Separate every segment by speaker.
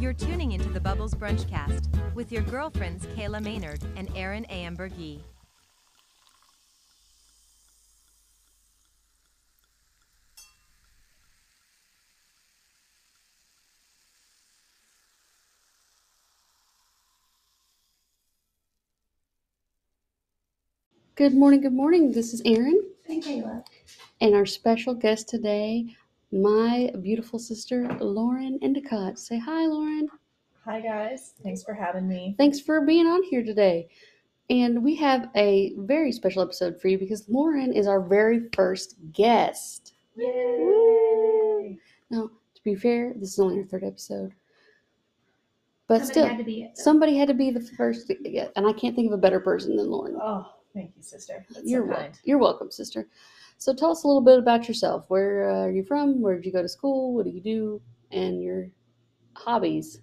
Speaker 1: You're tuning into the Bubbles Brunchcast with your girlfriends Kayla Maynard and Erin Ambergee.
Speaker 2: Good morning, good morning. This is Erin
Speaker 3: Hey, Kayla.
Speaker 2: and our special guest today, my beautiful sister, Lauren Endicott. Say hi, Lauren.
Speaker 3: Hi, guys. Thanks for having me.
Speaker 2: Thanks for being on here today. And we have a very special episode for you because Lauren is our very first guest.
Speaker 3: Yay!
Speaker 2: To be fair, this is only our third episode. But
Speaker 3: Somebody
Speaker 2: still,
Speaker 3: had to be it. though.
Speaker 2: somebody had to be the first, and I can't think of a better person than Lauren.
Speaker 3: Oh, thank you, sister. That's
Speaker 2: You're
Speaker 3: so
Speaker 2: welcome.
Speaker 3: kind.
Speaker 2: You're welcome, sister. So tell us a little bit about yourself. Where uh, are you from? Where did you go to school? What do you do? And your hobbies.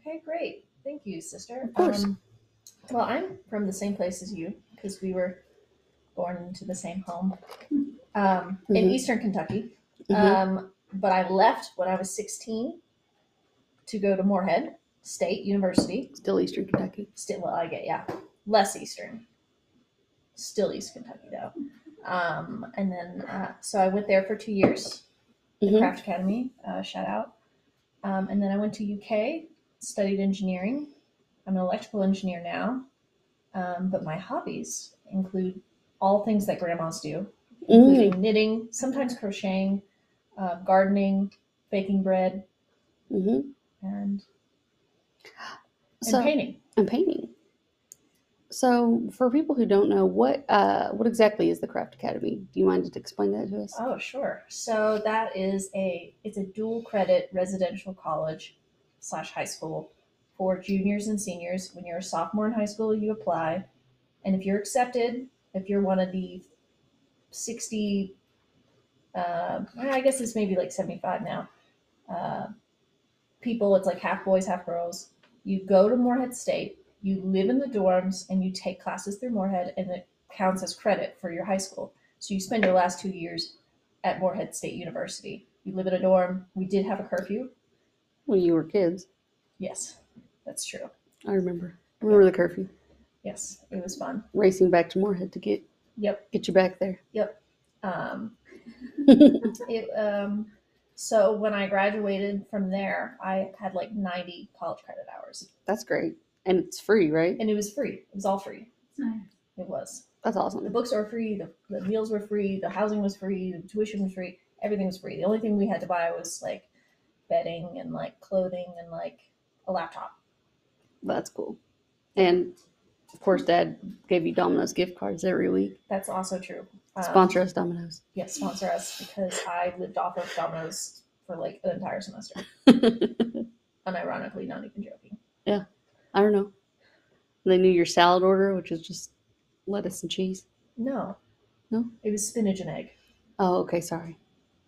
Speaker 3: Okay, great. Thank you, sister.
Speaker 2: Of course.
Speaker 3: Um, well, I'm from the same place as you because we were born into the same home um, in
Speaker 2: Mhm.
Speaker 3: Eastern Kentucky.
Speaker 2: Mhm.
Speaker 3: Um, but I left when I was 16 to go to Moorhead State University.
Speaker 2: Still Eastern Kentucky.
Speaker 3: Still, well, I get yeah, less Eastern. Still East Kentucky though. Um, and then uh, so I went there for two years. the
Speaker 2: Mhm.
Speaker 3: Craft Academy, uh, shout out. Um, and then I went to UK, studied engineering. I'm an electrical engineer now, um, but my hobbies include all things that grandmas do,
Speaker 2: Mm-hmm.
Speaker 3: including knitting, sometimes crocheting, uh, gardening, baking bread,
Speaker 2: Mhm.
Speaker 3: and, and
Speaker 2: So
Speaker 3: painting.
Speaker 2: and painting. So for people who don't know, what uh, what exactly is the Craft Academy? Do you mind to explain that to us?
Speaker 3: Oh, sure. So that is a it's a dual credit residential college slash high school for juniors and seniors. When you're a sophomore in high school, you apply, and if you're accepted, if you're one of the sixty, uh, I guess it's maybe like seventy five now, uh, people. It's like half boys, half girls. You go to Moorhead State. You live in the dorms and you take classes through Moorhead, and it counts as credit for your high school. So you spend your last two years at Moorhead State University. You live in a dorm. We did have a curfew.
Speaker 2: When you were kids,
Speaker 3: Yes, that's true.
Speaker 2: I remember. I remember the curfew.
Speaker 3: Yes, it was fun.
Speaker 2: Racing back to Moorhead to get
Speaker 3: Yep.
Speaker 2: get you back there.
Speaker 3: Um, it, um, so when I graduated from there, I had like 90 college credit hours
Speaker 2: That's great, and it's free, right?
Speaker 3: and it was free. It was all free. It was.
Speaker 2: That's
Speaker 3: The
Speaker 2: awesome.
Speaker 3: books were free. The, the meals were free. The housing was free. The tuition was free. Everything was free. The only thing we had to buy was like bedding and like clothing and like a laptop.
Speaker 2: That's cool. And of course, Dad gave you Domino's gift cards every week.
Speaker 3: That's also true. Um,
Speaker 2: Sponsor us, Domino's.
Speaker 3: yeah, sponsor us because I lived off of Domino's for like an entire semester. Unironically, not even joking.
Speaker 2: I don't know. They knew your salad order, which is just lettuce and cheese.
Speaker 3: No.
Speaker 2: No?
Speaker 3: It was spinach and egg.
Speaker 2: Oh, okay, sorry.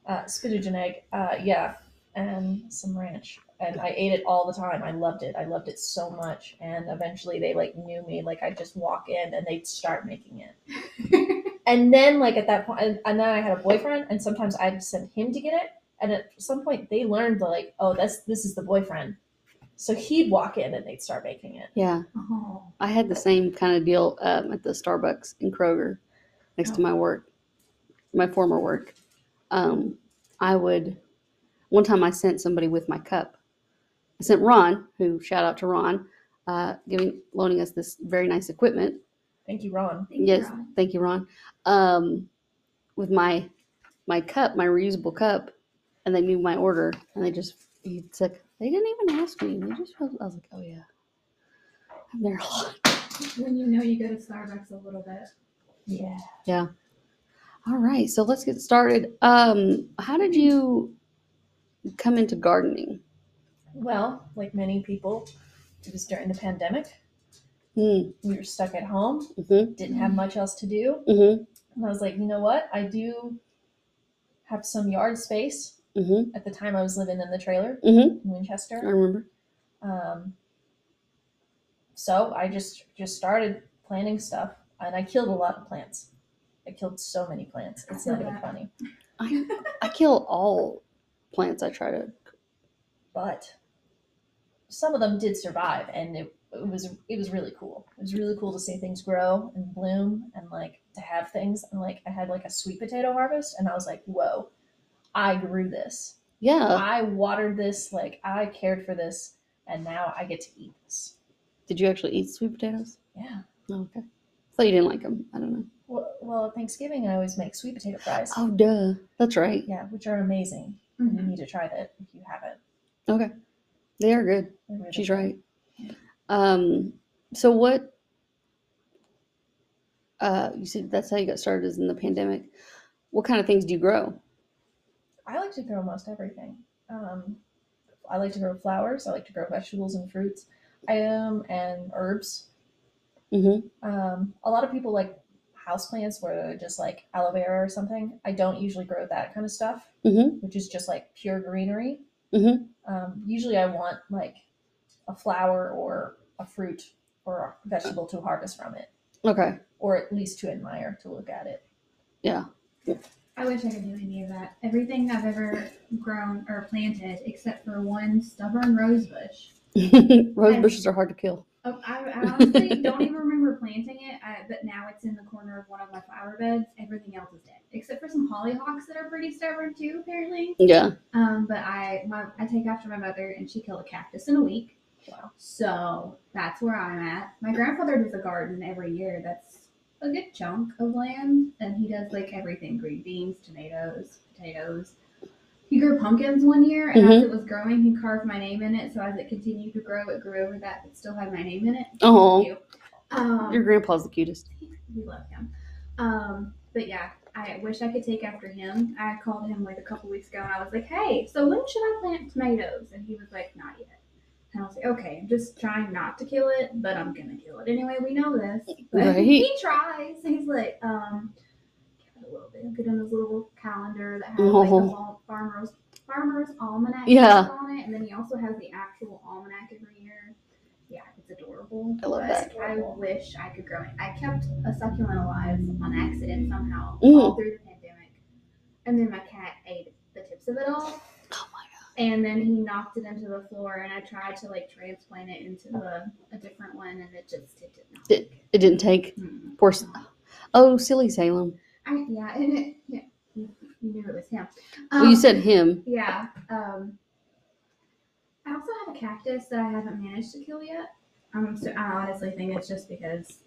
Speaker 3: Uh, spinach and egg. Uh, yeah. And some ranch. And I ate it all the time. I loved it. I loved it so much. And eventually they like knew me. Like I'd just walk in and they'd start making it. and then like at that point, and, and then I had a boyfriend and sometimes I'd send him to get it. And at some point they learned like, oh, that's, this is the boyfriend. So he'd walk in and they'd start making it.
Speaker 2: Yeah,
Speaker 4: Oh,
Speaker 2: I had the same kind of deal um, at the Starbucks in Kroger next to my work, my former work. Um, I would, one time I sent somebody with my cup. I sent Ron, who shout out to Ron, uh, giving loaning us this very nice equipment.
Speaker 3: Thank you, Ron.
Speaker 4: thank you,
Speaker 2: yes,
Speaker 4: Ron.
Speaker 2: thank you, Ron. Um, with my my cup, my reusable cup, and they knew my order, and they just he took. They didn't even ask me. They just was, I was like, oh yeah, I'm there a lot.
Speaker 4: When you know you go to Starbucks a little bit.
Speaker 3: Yeah.
Speaker 2: All right, so let's get started. Um, how did you come into gardening?
Speaker 3: Well, like many people, it was during the pandemic.
Speaker 2: Mm,
Speaker 3: We were stuck at home,
Speaker 2: mm-hmm,
Speaker 3: didn't have much else to do.
Speaker 2: mm-hmm,
Speaker 3: And I was like, you know what? I do have some yard space.
Speaker 2: mm-hmm.
Speaker 3: At the time, I was living in the trailer
Speaker 2: Mhm.
Speaker 3: in
Speaker 2: I
Speaker 3: Winchester.
Speaker 2: remember.
Speaker 3: Um, so I just just started planting stuff, and I killed a lot of plants. I killed so many plants. It's not even funny.
Speaker 2: I I kill all plants I try to.
Speaker 3: But some of them did survive, and it, it was it was really cool. It was really cool to see things grow and bloom, and like to have things. And like I had like a sweet potato harvest, and I was like, whoa, I grew this.
Speaker 2: Yeah.
Speaker 3: I watered this. Like I cared for this, and now I get to eat this.
Speaker 2: Did you actually eat sweet potatoes?
Speaker 3: Yeah.
Speaker 2: Oh, okay. I thought you didn't like them. I don't know.
Speaker 3: Well, well, at Thanksgiving I always make sweet potato fries.
Speaker 2: Oh, Mm-hmm. duh. That's right.
Speaker 3: Yeah, which are amazing. You
Speaker 4: Mhm.
Speaker 3: need to try that if you haven't.
Speaker 2: Okay. They are good.
Speaker 3: They're really
Speaker 2: She's
Speaker 3: good.
Speaker 2: right. Um, so what? Uh, you said that's how you got started is in the pandemic. What kind of things do you grow?
Speaker 3: I like to grow most everything. Um, I like to grow flowers. I like to grow vegetables and fruits. I um and herbs.
Speaker 2: Mm-hmm.
Speaker 3: Um, a lot of people like houseplants where they're just like aloe vera or something. I don't usually grow that kind of stuff,
Speaker 2: Mhm.
Speaker 3: which is just like pure greenery.
Speaker 2: Mhm.
Speaker 3: Um, usually, I want like a flower or a fruit or a vegetable to harvest from it,
Speaker 2: Okay.
Speaker 3: or at least to admire to look at it.
Speaker 2: Yeah.
Speaker 4: I wish I could do any of that. Everything I've ever grown or planted, except for one stubborn rose bush.
Speaker 2: Rose bushes are hard to kill.
Speaker 4: Oh, I, I honestly don't even remember planting it, uh, but now it's in the corner of one of my flower beds. Everything else is dead, except for some hollyhocks that are pretty stubborn too, apparently.
Speaker 2: Yeah.
Speaker 4: Um, but I, my, I take after my mother, and she killed a cactus in a week.
Speaker 3: Wow.
Speaker 4: So that's where I'm at. My grandfather does a garden every year. That's a good chunk of land, and he does like everything: green beans, tomatoes, potatoes. He grew pumpkins one year, and as it was growing, he carved my name in it. So as it continued to grow, it grew over that, but still had my name in it.
Speaker 2: Oh,
Speaker 4: Cute. Um,
Speaker 2: your grandpa's the cutest.
Speaker 4: we love him. Um, but yeah, I wish I could take after him. I called him like a couple weeks ago and I was like, hey, so when should I plant tomatoes? And he was like, not yet. And I was like, okay, I'm just trying not to kill it, but I'm gonna kill it anyway. We know this. But
Speaker 2: Right.
Speaker 4: he tries. He's like, um, give it a little bit. He'll Get him his little calendar that has like
Speaker 2: Oh.
Speaker 4: the wall- farmer's farmer's almanac
Speaker 2: Yeah.
Speaker 4: on it, and then he also has the actual almanac every year. Yeah, it's adorable.
Speaker 2: I love
Speaker 4: but
Speaker 2: that.
Speaker 4: I wish I could grow it. I kept a succulent alive on accident somehow
Speaker 2: Mm.
Speaker 4: all through the pandemic, and then my cat ate the tips of it all.
Speaker 2: Oh my
Speaker 4: And then he knocked it into the floor, and I tried to like transplant it into a, a different one, and it just it did not.
Speaker 2: Did-
Speaker 4: work.
Speaker 2: It didn't take.
Speaker 4: Mm.
Speaker 2: Of course. Oh, silly Salem.
Speaker 4: I, yeah, and it yeah, you you knew it was him. Um,
Speaker 2: Well, you said him.
Speaker 4: yeah. Um, I also have a cactus that I haven't managed to kill yet. Um, so I honestly think it's just because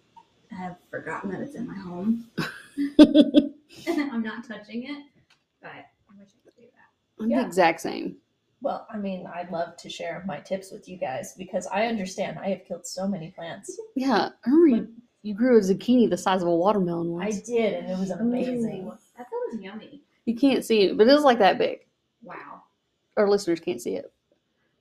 Speaker 4: I have forgotten that it's in my home. I'm not touching it, but I wish I could do that.
Speaker 2: I'm
Speaker 3: Yeah.
Speaker 2: the exact same.
Speaker 3: Well, I mean, I'd love to share my tips with you guys because I understand I have killed so many plants.
Speaker 2: Yeah. I remember you, you grew a zucchini the size of a watermelon
Speaker 3: I
Speaker 2: once.
Speaker 3: did, and it was amazing.
Speaker 4: Ooh, that sounds yummy.
Speaker 2: You can't see it, but it was like that big.
Speaker 4: Wow.
Speaker 2: Our listeners can't see it,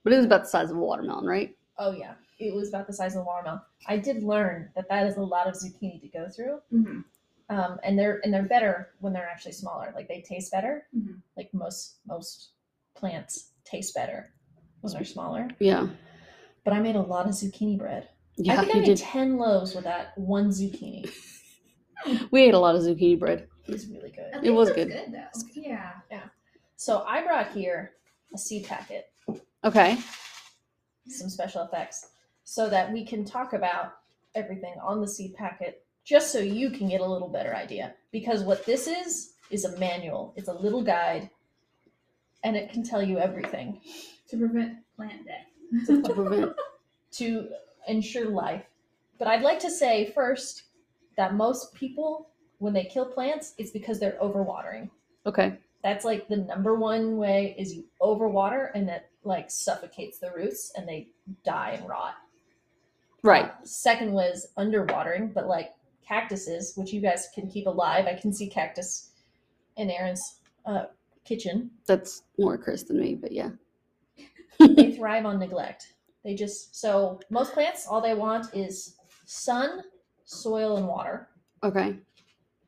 Speaker 2: but it was about the size of a watermelon, right?
Speaker 3: Oh yeah, it was about the size of a watermelon. I did learn that that is a lot of zucchini to go through,
Speaker 4: hmm
Speaker 3: um, and they're and they're better when they're actually smaller. Like they taste better.
Speaker 4: Mhm.
Speaker 3: Like most most plants taste better when they're smaller.
Speaker 2: Yeah.
Speaker 3: But I made a lot of zucchini bread.
Speaker 2: Yeah,
Speaker 3: I think I
Speaker 2: you
Speaker 3: made
Speaker 2: did.
Speaker 3: ten loaves with that one zucchini.
Speaker 2: We ate a lot of zucchini bread.
Speaker 3: It was really good.
Speaker 4: That
Speaker 2: It was
Speaker 4: sounds
Speaker 2: good.
Speaker 4: though. Yeah.
Speaker 3: So I brought here a seed packet,
Speaker 2: Okay.
Speaker 3: some special effects, so that we can talk about everything on the seed packet, just so you can get a little better idea. Because what this is is a manual. It's a little guide, and it can tell you everything
Speaker 4: To prevent plant death.
Speaker 2: To prevent.
Speaker 3: to ensure life. But I'd like to say first that most people, when they kill plants, it's because they're overwatering.
Speaker 2: Okay.
Speaker 3: that's like the number one way is you overwater and that like suffocates the roots and they die and rot.
Speaker 2: Right.
Speaker 3: Second was underwatering, but like cactuses, which you guys can keep alive. I can see cactus in Aaron's uh, kitchen.
Speaker 2: That's more Chris than me, but yeah.
Speaker 3: They thrive on neglect. They just so most plants all they want is sun, soil, and water.
Speaker 2: Okay.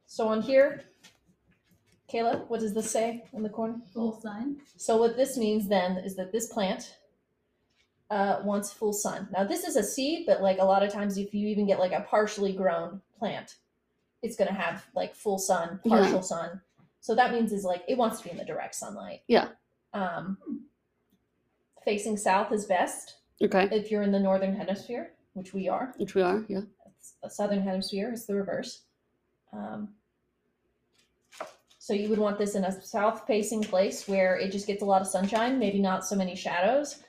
Speaker 3: So on here, Kayla, what does this say in the corner?
Speaker 4: Full sun.
Speaker 3: So what this means then is that this plant uh, wants full sun. Now this is a seed, but like a lot of times, if you even get like a partially grown plant, it's going to have like full sun,
Speaker 2: Yeah.
Speaker 3: partial sun. So that means is like it wants to be in the direct sunlight.
Speaker 2: Yeah.
Speaker 3: Um, facing south is best.
Speaker 2: Okay.
Speaker 3: If you're in the northern hemisphere, which we are,
Speaker 2: Which we are. Yeah.
Speaker 3: it's- the southern hemisphere is the reverse. Um, so you would want this in a south-facing place where it just gets a lot of sunshine, maybe not so many shadows.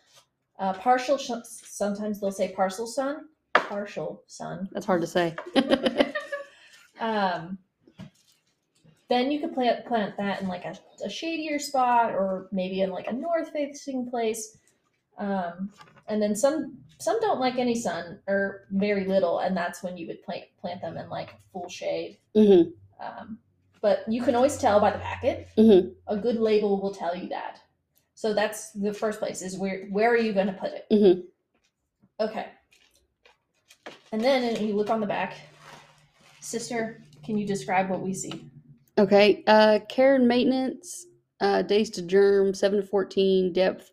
Speaker 3: Uh, partial, sh- sometimes they'll say partial sun, partial sun.
Speaker 2: That's hard to say.
Speaker 3: Um, then you could plant plant that in like a, a shadier spot or maybe in like a north facing place. Um, and then some some don't like any sun or very little, and that's when you would plant plant them in like full shade.
Speaker 2: hmm
Speaker 3: Um, but you can always tell by the packet.
Speaker 2: Mhm.
Speaker 3: A good label will tell you that. So that's the first place is where where are you going to put it?
Speaker 2: Mhm.
Speaker 3: Okay. And then you look on the back. Sister, can you describe what we see?
Speaker 2: Okay. Uh, care and maintenance. Uh, days to germ, seven to fourteen. Depth,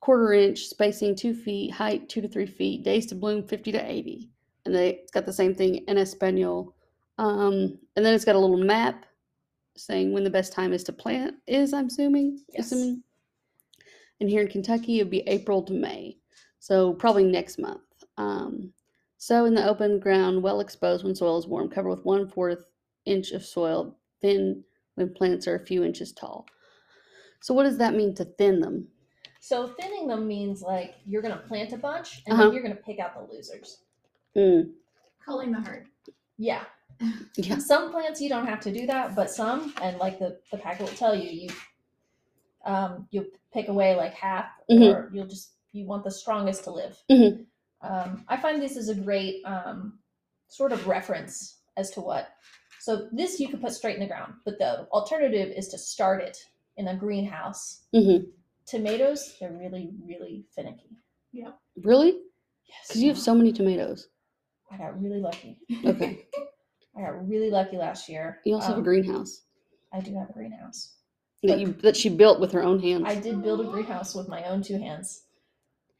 Speaker 2: quarter inch. Spacing two feet. Height two to three feet. Days to bloom, fifty to eighty. And they it's got the same thing in Espanol. Um, and then it's got a little map saying when the best time is to plant is. I'm assuming.
Speaker 3: Yes.
Speaker 2: Assuming. And here in Kentucky, it'd be April to May, so probably next month. Um, sow in the open ground, well exposed when soil is warm. Cover with one fourth inch of soil. Thin when plants are a few inches tall. So what does that mean to thin them?
Speaker 3: So thinning them means like you're going to plant a bunch and
Speaker 2: Uh-huh.
Speaker 3: then you're going to pick out the losers.
Speaker 2: Mm,
Speaker 4: Culling the herd.
Speaker 3: Yeah.
Speaker 2: Yeah.
Speaker 3: Some plants you don't have to do that, but some and like the the packet will tell you you um you pick away like half
Speaker 2: Mhm.
Speaker 3: or you'll just you want the strongest to live.
Speaker 2: Mhm.
Speaker 3: Um, I find this is a great um sort of reference as to what. So this you can put straight in the ground, but the alternative is to start it in a greenhouse.
Speaker 2: Mhm.
Speaker 3: Tomatoes, they're really really finicky.
Speaker 2: Really?
Speaker 3: Yes.
Speaker 2: Because you have so many tomatoes.
Speaker 3: I got really lucky.
Speaker 2: Okay.
Speaker 3: I got really lucky last year.
Speaker 2: You also have a
Speaker 3: Um,
Speaker 2: greenhouse
Speaker 3: I do have a greenhouse.
Speaker 2: that you that she built with her own hands,
Speaker 3: I did build a greenhouse with my own two hands.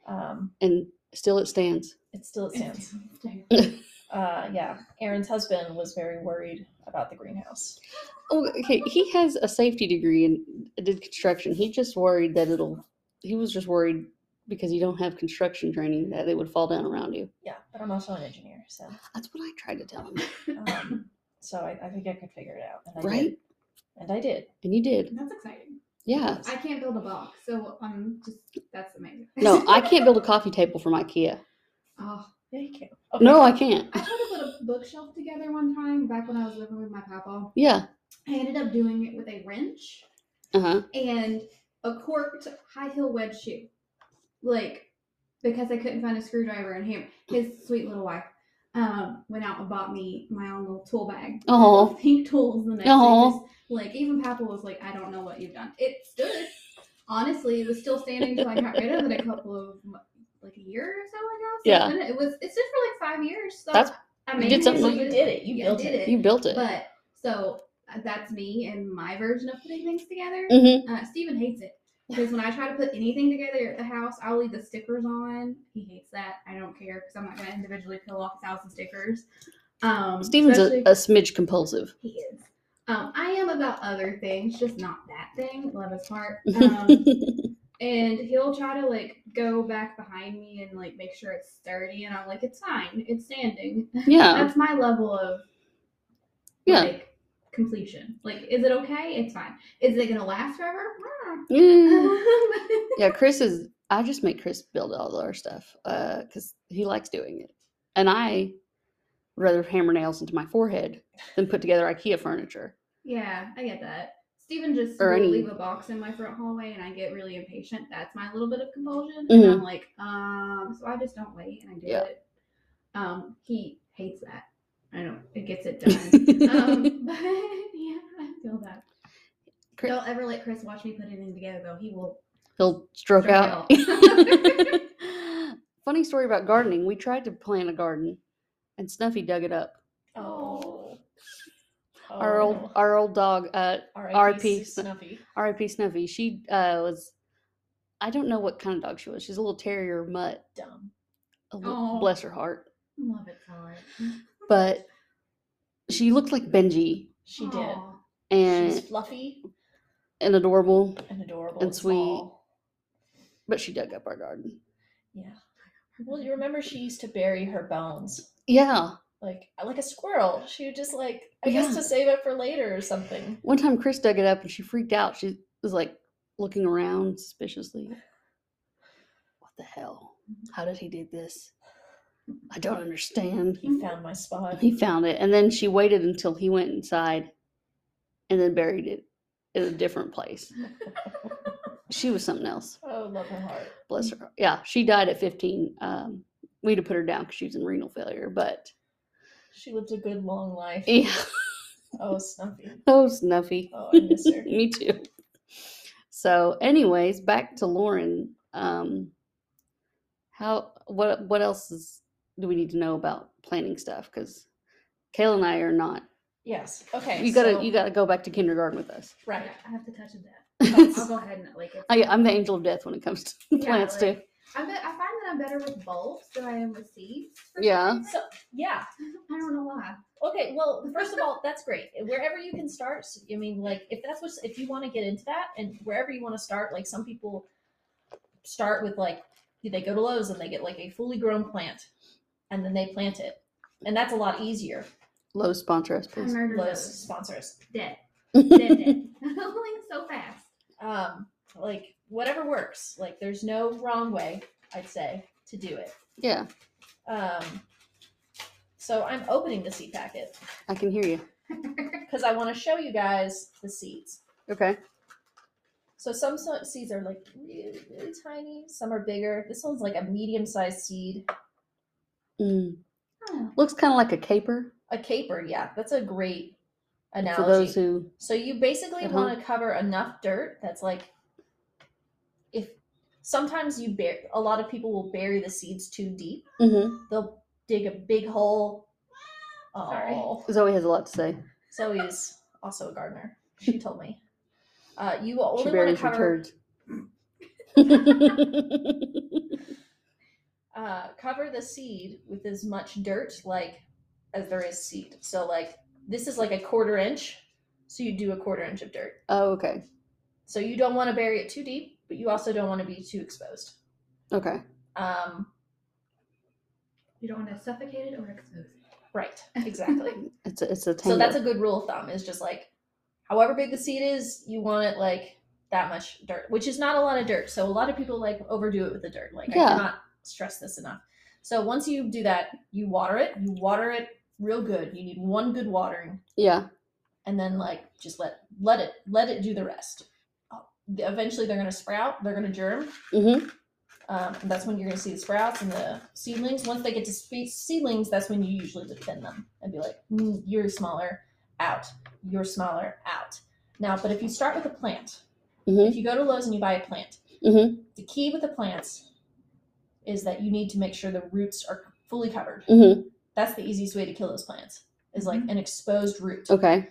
Speaker 3: Um,
Speaker 2: and still it stands.
Speaker 3: it still stands.
Speaker 4: Damn.
Speaker 3: Uh, yeah, Aaron's husband was very worried about the greenhouse.
Speaker 2: Oh, okay. He has a safety degree and did construction. He just worried that it'll. He was just worried because you don't have construction training that it would fall down around you.
Speaker 3: Yeah, but I'm also an engineer, so
Speaker 2: That's what I tried to tell him,
Speaker 3: um, so I, I think I could figure it out, and I did.
Speaker 2: right?
Speaker 3: And I did.
Speaker 2: And you did.
Speaker 4: That's exciting.
Speaker 2: Yeah.
Speaker 4: I can't build a box, so I'm just that's amazing.
Speaker 2: No, I can't build a coffee table from IKEA.
Speaker 4: oh,
Speaker 3: Yeah, you can.
Speaker 2: No, I can't.
Speaker 4: I tried to put a bookshelf together one time back when I was living with my papa.
Speaker 2: Yeah.
Speaker 4: I ended up doing it with a wrench
Speaker 2: Uh huh.
Speaker 4: and a corked high heel wedge shoe. Like, because I couldn't find a screwdriver and hammer. His sweet little wife um, went out and bought me my own little tool bag.
Speaker 2: Aw.
Speaker 4: With Pink tools and
Speaker 2: Aw.
Speaker 4: just Like, even Papa was like, I don't know what you've done. It stood. Honestly, it was still standing until I got rid of it a couple of, mo- like, a year or so ago. So
Speaker 2: Yeah.
Speaker 4: it's been- It was, it's just for like five years. So
Speaker 2: That's-
Speaker 4: I
Speaker 2: you
Speaker 4: made
Speaker 2: did
Speaker 4: it,
Speaker 2: something
Speaker 3: So
Speaker 2: Well,
Speaker 4: but
Speaker 3: you
Speaker 4: it's-
Speaker 3: did it. You
Speaker 4: yeah, I
Speaker 3: built
Speaker 4: did
Speaker 3: it.
Speaker 4: it.
Speaker 2: You built it.
Speaker 4: But so uh, that's me and my version of putting things together.
Speaker 2: Mm-hmm.
Speaker 4: Uh, Steven hates it because when I try to put anything together at the house, I'll leave the stickers on. He hates that. I don't care because I'm not going to individually peel off his house and stickers. Um,
Speaker 2: Steven's a,
Speaker 4: especially-
Speaker 2: a smidge compulsive.
Speaker 4: he is. Um, I am about other things, just not that thing. Love his heart. Um, and he'll try to like go back behind me and like make sure it's sturdy, and I'm like, it's fine, it's standing.
Speaker 2: yeah.
Speaker 4: That's my level of
Speaker 2: Oh. Yeah.
Speaker 4: like completion. Like, is it okay? It's fine. Is it gonna last forever? Mm.
Speaker 2: Yeah.
Speaker 4: Um,
Speaker 2: Yeah, Chris is. I just make Chris build all our stuff because he likes doing it, and I would rather hammer nails into my forehead than put together IKEA furniture.
Speaker 4: yeah, I get that. Steven just
Speaker 2: Or
Speaker 4: will
Speaker 2: any-
Speaker 4: leave a box in my front hallway and I get really impatient. That's my little bit of compulsion. And
Speaker 2: Mhm.
Speaker 4: I'm like, um, so I just don't wait and I do
Speaker 2: Yeah.
Speaker 4: it. Um, he hates that. I don't it gets it done. um but yeah, I feel that.
Speaker 2: Chris-
Speaker 4: Don't ever let Chris watch me put anything together though. He will
Speaker 2: He'll stroke,
Speaker 4: Stroke
Speaker 2: out.
Speaker 4: out.
Speaker 2: Funny story about gardening. We tried to plant a garden, and Snuffy dug it up.
Speaker 3: Oh.
Speaker 2: Oh. Our
Speaker 4: Oh.
Speaker 2: old our old dog, uh,
Speaker 3: R.I.P.
Speaker 2: R.I.P.
Speaker 3: Snuffy.
Speaker 2: R.I.P. Snuffy. She uh, was. I don't know what kind of dog she was. She's a little terrier mutt.
Speaker 3: Dumb.
Speaker 2: a li-
Speaker 4: Aw.
Speaker 2: Bless her heart.
Speaker 4: love it for it.
Speaker 2: But she looked like Benji
Speaker 3: She
Speaker 4: Aw.
Speaker 3: did.
Speaker 2: and
Speaker 3: She's fluffy
Speaker 2: and adorable.
Speaker 3: and adorable
Speaker 2: And
Speaker 3: small.
Speaker 2: sweet. But she dug up our garden.
Speaker 3: Yeah. Well, you remember she used to bury her bones
Speaker 2: Yeah.
Speaker 3: like like a squirrel. She would just like I
Speaker 2: Yeah.
Speaker 3: guess to save it for later or something.
Speaker 2: One time Chris dug it up and she freaked out. She was like looking around suspiciously. What the hell? How did he do this? I don't understand.
Speaker 3: He found my spot.
Speaker 2: Mm-hmm. He found it and then she waited until he went inside and then buried it in a different place. she was something else.
Speaker 3: Oh, love her heart.
Speaker 2: Bless her. Yeah, she died at 15. Um, we'd have put her down because she was in renal failure, but
Speaker 3: She lived a good long life.
Speaker 2: yeah,
Speaker 3: Oh, Snuffy.
Speaker 2: oh, Snuffy.
Speaker 3: Oh, I miss her.
Speaker 2: Me too. So, anyways, back to Lauren. Um, how what what else is do we need to know about planning stuff? Because Kayla and I are not.
Speaker 3: Yes. Okay.
Speaker 2: You gotta
Speaker 3: so-
Speaker 2: you gotta go back to kindergarten with us.
Speaker 3: right.
Speaker 4: I have to touch of death. I'll
Speaker 2: I,
Speaker 4: go ahead and like. It's,
Speaker 2: I'm the angel of death when it comes to
Speaker 4: Yeah,
Speaker 2: plants
Speaker 4: like,
Speaker 2: too.
Speaker 4: I'm be- I find that I'm better with bulbs than I am with seeds. for some
Speaker 2: Yeah.
Speaker 4: reason.
Speaker 3: So yeah.
Speaker 4: I don't know why.
Speaker 3: Okay. Well, first of all, that's great. Wherever you can start. s- I mean, like if that's what's if you want to get into that, and wherever you want to start, like some people start with like they go to Lowe's and they get like a fully grown plant, and then they plant it, and that's a lot easier.
Speaker 2: Low sponsor us,
Speaker 4: I
Speaker 2: please.
Speaker 4: murdered
Speaker 3: Lowe's
Speaker 4: those.
Speaker 3: sponsors.
Speaker 4: Dead. Dead, dead. Going so fast.
Speaker 3: Um, like whatever works. Like there's no wrong way. I'd say to do it.
Speaker 2: Yeah,
Speaker 3: Um, so I'm opening the seed packet.
Speaker 2: I can hear you.
Speaker 3: because I want to show you guys the seeds.
Speaker 2: Okay.
Speaker 3: So some so- seeds are like really, really tiny. Some are bigger. This one's like a medium-sized seed.
Speaker 2: Mm.
Speaker 4: Oh,
Speaker 2: Looks kind of like a caper
Speaker 3: A caper, yeah, that's a great
Speaker 2: for
Speaker 3: analogy.
Speaker 2: those who. Uh-huh.
Speaker 3: so you basically
Speaker 2: At
Speaker 3: want to cover enough dirt that's like, if sometimes you bear a lot of people will bury the seeds too deep.
Speaker 2: Mhm.
Speaker 3: They'll dig a big hole. Oh,
Speaker 4: Sorry.
Speaker 2: Zoe has a lot to say.
Speaker 3: Zoe's also a gardener. She told me. Uh, you will
Speaker 2: She
Speaker 3: only want
Speaker 2: buries
Speaker 3: to
Speaker 2: her
Speaker 3: cover
Speaker 2: turds.
Speaker 3: uh, cover the seed with as much dirt like as there is seed. So like this is like a quarter inch, so you do a quarter inch of dirt.
Speaker 2: oh, okay.
Speaker 3: So you don't want to bury it too deep, but you also don't want to be too exposed.
Speaker 2: Okay.
Speaker 3: Um,
Speaker 4: you don't want to suffocate it or expose it.
Speaker 3: right, exactly.
Speaker 2: It's a, it's a tango.
Speaker 3: so that's a good rule of thumb is just like however big the seed is, you want it like that much dirt, which is not a lot of dirt. So a lot of people like overdo it with the dirt. Like I
Speaker 2: Yeah.
Speaker 3: cannot stress this enough. So once you do that, you water it. You water it real good. You need one good watering.
Speaker 2: yeah.
Speaker 3: and then like just let let it let it do the rest. Uh, Eventually, they're gonna sprout. They're gonna germ.
Speaker 2: Mm-hmm.
Speaker 3: Um, and that's when you're gonna see the sprouts and the seedlings. Once they get to spe- seedlings, that's when you usually defend them and be like, "Mm, "You're smaller, out. You're smaller, out." Now, but if you start with a plant,
Speaker 2: Mhm.
Speaker 3: if you go to Lowe's and you buy a plant,
Speaker 2: Mhm.
Speaker 3: the key with the plants is that you need to make sure the roots are fully covered.
Speaker 2: Mm-hmm.
Speaker 3: That's the easiest way to kill those plants is like an exposed root.
Speaker 2: Okay.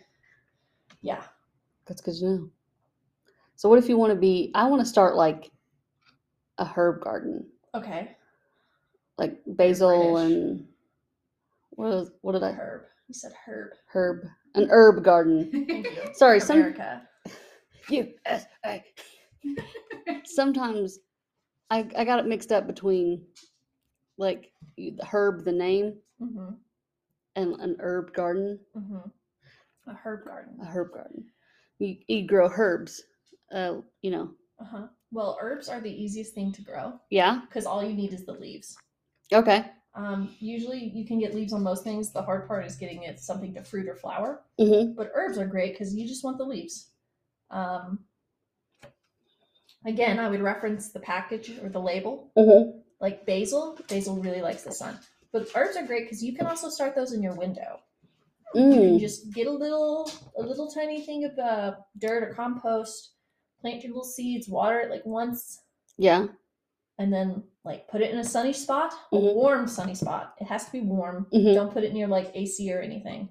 Speaker 3: Yeah.
Speaker 2: That's good to know. So what if you want to be? I want to start like a herb garden,
Speaker 3: Okay.
Speaker 2: like basil
Speaker 3: British.
Speaker 2: and what? Was, what did I
Speaker 3: Herb. You said herb.
Speaker 2: herb? An herb garden.
Speaker 3: Thank you.
Speaker 2: Sorry, some
Speaker 3: America.
Speaker 2: USA. Sometimes I I got it mixed up between like you- the herb, the name,
Speaker 3: hmm
Speaker 2: and an herb garden.
Speaker 3: hmm A herb
Speaker 2: a
Speaker 3: garden.
Speaker 2: herb garden. You, you grow herbs, uh, you know.
Speaker 3: Uh-huh. Well, herbs are the easiest thing to grow
Speaker 2: Yeah.
Speaker 3: because all you need is the leaves.
Speaker 2: Okay.
Speaker 3: Um, usually you can get leaves on most things. The hard part is getting it something to fruit or flower.
Speaker 2: Mm-hmm.
Speaker 3: But herbs are great because you just want the leaves. Um, again, I would reference the package or the label.
Speaker 2: Mm-hmm.
Speaker 3: Like basil, basil really likes the sun. But herbs are great because you can also start those in your window. You can
Speaker 2: Mm.
Speaker 3: just get a little, a little tiny thing of uh, dirt or compost, plant your little seeds, water it like once,
Speaker 2: Yeah.
Speaker 3: and then like put it in a sunny spot, a
Speaker 2: Mhm.
Speaker 3: warm sunny spot. It has to be warm.
Speaker 2: Mm-hmm.
Speaker 3: Don't put it near like AC or anything.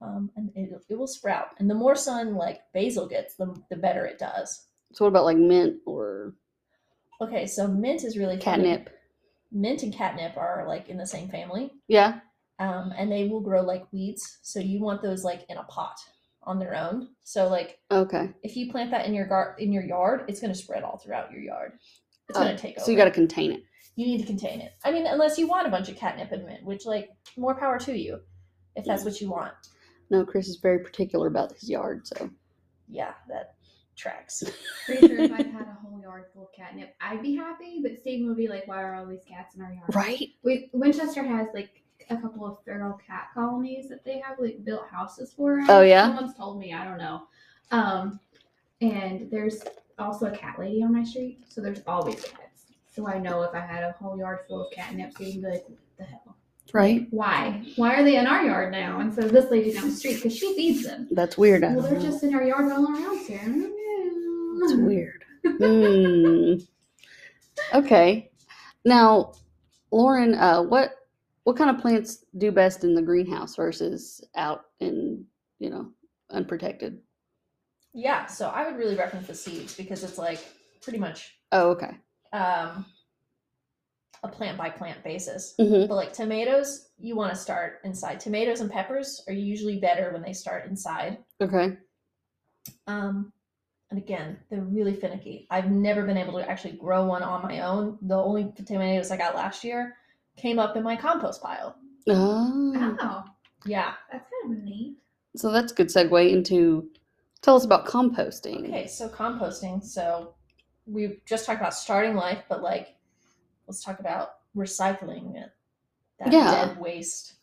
Speaker 3: Um, and it, it will sprout. And the more sun like basil gets, the, the better it does.
Speaker 2: So what about like mint or
Speaker 3: Okay, so mint is really funny.
Speaker 2: catnip?
Speaker 3: Mint and catnip are like in the same family,
Speaker 2: Yeah.
Speaker 3: um, and they will grow like weeds. So you want those like in a pot on their own. So like
Speaker 2: Okay.
Speaker 3: if you plant that in your gar- in your yard, it's going to spread all throughout your yard. It's
Speaker 2: Oh,
Speaker 3: going to take over.
Speaker 2: So you got to contain it.
Speaker 3: you need to contain it. I mean, unless you want a bunch of catnip and mint, which like more power to you, if that's what you want.
Speaker 2: No, Chris is very particular about his yard, so
Speaker 3: Yeah, that tracks.
Speaker 4: Pretty sure if I had a whole yard full of catnip, I'd be happy. But Steve would be like, "Why are all these cats in our yard?"
Speaker 2: right.
Speaker 4: We, Winchester has like a couple of feral cat colonies that they have like built houses for.
Speaker 2: Oh, yeah?
Speaker 4: someone's told me. I don't know. Um, and there's also a cat lady on my street, so there's always cats. So I know if I had a whole yard full of catnip, they'd be like, "What the hell?
Speaker 2: Right.
Speaker 4: Why? Why are they in our yard now?" And so this lady down the street, because she feeds them.
Speaker 2: That's weird. I
Speaker 4: Well,
Speaker 2: don't
Speaker 4: they're
Speaker 2: know.
Speaker 4: just Mm. in our yard all around here.
Speaker 2: That's weird. Hmm. Okay. Now, Lauren, uh, what what kind of plants do best in the greenhouse versus out in you know unprotected?
Speaker 3: yeah, so I would really reference the seeds because it's like pretty much
Speaker 2: Oh, okay.
Speaker 3: um, a plant by plant basis.
Speaker 2: Mm-hmm.
Speaker 3: But like tomatoes, you want to start inside. Tomatoes and peppers are usually better when they start inside.
Speaker 2: Okay.
Speaker 3: Um, and again, they're really finicky. I've never been able to actually grow one on my own. The only tomatoes I got last year came up in my compost pile.
Speaker 2: Oh,
Speaker 4: Wow,
Speaker 3: Yeah.
Speaker 4: that's kind of neat.
Speaker 2: so that's a good segue into tell us about composting.
Speaker 3: Okay, so composting. So we just talked about starting life, but like, let's talk about recycling it. That
Speaker 2: Yeah.
Speaker 3: dead waste.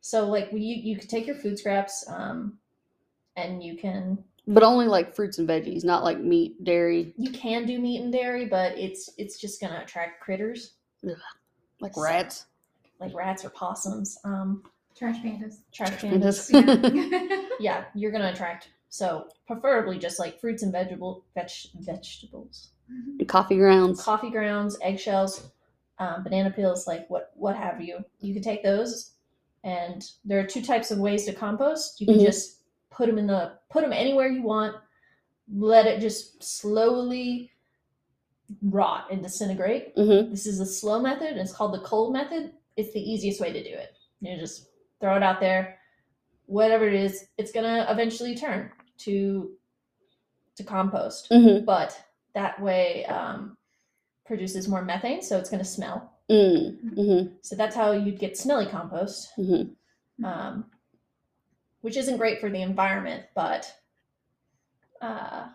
Speaker 3: So like, we, you you could take your food scraps, um, and you can
Speaker 2: But only like fruits and veggies, not like meat, dairy,
Speaker 3: you can do meat and dairy, but it's it's just gonna attract critters
Speaker 2: like
Speaker 3: So-
Speaker 2: rats.
Speaker 3: like rats or possums, um,
Speaker 4: Trash pandas.
Speaker 3: trash
Speaker 2: And
Speaker 3: pandas.
Speaker 2: just-
Speaker 3: yeah, you're gonna attract. So preferably just like fruits and vegetable veg, vegetables,
Speaker 2: coffee grounds.
Speaker 3: coffee grounds, eggshells, um, banana peels, like what what have you. You can take those, and there are two types of ways to compost. You can
Speaker 2: Mhm.
Speaker 3: just put them in the put them anywhere you want. Let it just slowly rot and disintegrate.
Speaker 2: Mm-hmm.
Speaker 3: This is a slow method. and It's called the cold method. It's the easiest way to do it. You just throw it out there, whatever it is, it's gonna eventually turn to to compost.
Speaker 2: Mm-hmm.
Speaker 3: But that way um, produces more methane, so it's gonna smell.
Speaker 2: Mm-hmm.
Speaker 3: So that's how you'd get smelly compost,
Speaker 2: Mm-hmm.
Speaker 3: um, which isn't great for the environment, but uh,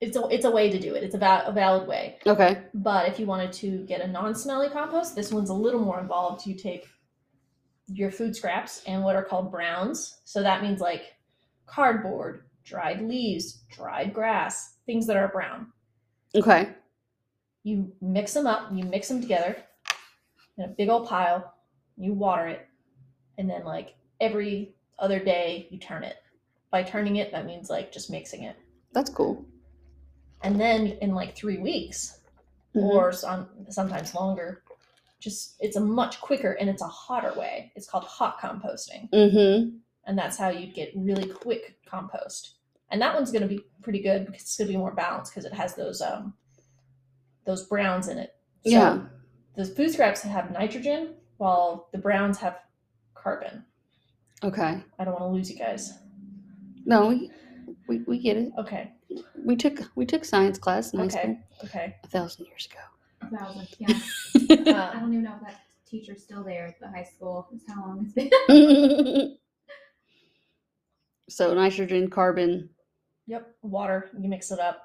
Speaker 3: it's a it's a way to do it. It's a, val- a valid way.
Speaker 2: Okay.
Speaker 3: But if you wanted to get a non-smelly compost, this one's a little more involved. You take your food scraps and what are called browns. So that means like cardboard, dried leaves, dried grass, things that are brown.
Speaker 2: Okay.
Speaker 3: You mix them up, you mix them together in a big old pile, you water it, and then like every other day you turn it. By turning it, that means like just mixing it.
Speaker 2: That's cool.
Speaker 3: And then in like three weeks,
Speaker 2: Mhm.
Speaker 3: or some, sometimes longer. Just it's a much quicker and it's a hotter way. It's called hot composting,
Speaker 2: Mm-hmm.
Speaker 3: and that's how you get really quick compost. And that one's going to be pretty good because it's going to be more balanced because it has those um those browns in it. So
Speaker 2: Yeah.
Speaker 3: the food scraps have nitrogen, while the browns have carbon.
Speaker 2: Okay.
Speaker 3: I don't want to lose you guys.
Speaker 2: No, we, we we get it.
Speaker 3: Okay,
Speaker 2: We took we took science class in high
Speaker 3: Okay.
Speaker 2: school
Speaker 3: okay.
Speaker 2: a thousand years ago.
Speaker 4: Thousand, yeah. I
Speaker 3: Uh,
Speaker 4: don't even know if that teacher's still there at the high school. That's how long it's been.
Speaker 2: so nitrogen, carbon.
Speaker 3: yep, water. You mix it up.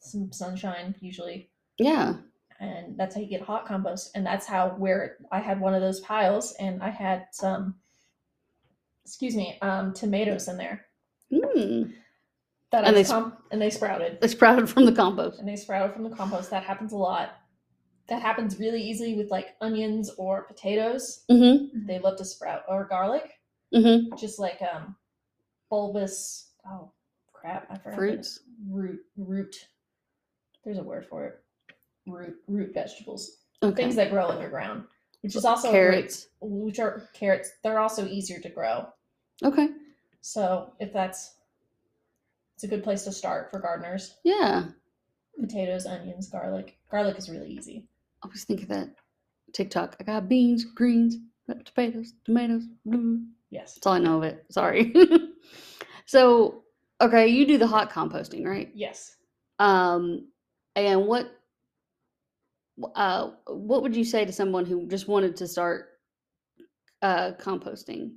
Speaker 3: Some sunshine usually.
Speaker 2: Yeah.
Speaker 3: and that's how you get hot compost and that's how where i had one of those piles and i had some excuse me um tomatoes in there
Speaker 2: Mm.
Speaker 3: that
Speaker 2: And
Speaker 3: I
Speaker 2: they
Speaker 3: was
Speaker 2: sp-
Speaker 3: com- and they sprouted
Speaker 2: It's sprouted from the compost.
Speaker 3: and they sprouted from the compost that happens a lot that happens really easily with like onions or potatoes
Speaker 2: Mm-hmm.
Speaker 3: they love to sprout or garlic
Speaker 2: Mm-hmm.
Speaker 3: just like um bulbous oh crap i forgot the-
Speaker 2: Fruits.
Speaker 3: root root there's a word for it root root vegetables
Speaker 2: Okay.
Speaker 3: things that grow underground, which is also a great-
Speaker 2: carrots.
Speaker 3: which are carrots. They're also easier to grow.
Speaker 2: Okay.
Speaker 3: So if that's, it's a good place to start for gardeners.
Speaker 2: Yeah.
Speaker 3: Potatoes, onions, garlic. Garlic is really easy.
Speaker 2: I always think of that TikTok. I got beans, greens, potatoes, tomatoes. Mm-hmm. Blue.
Speaker 3: Yes.
Speaker 2: That's all I know of it. Sorry. so, okay, you Um, do the hot composting, right?
Speaker 3: Yes.
Speaker 2: Um, and what uh, what would you say to someone who just wanted to start uh, composting?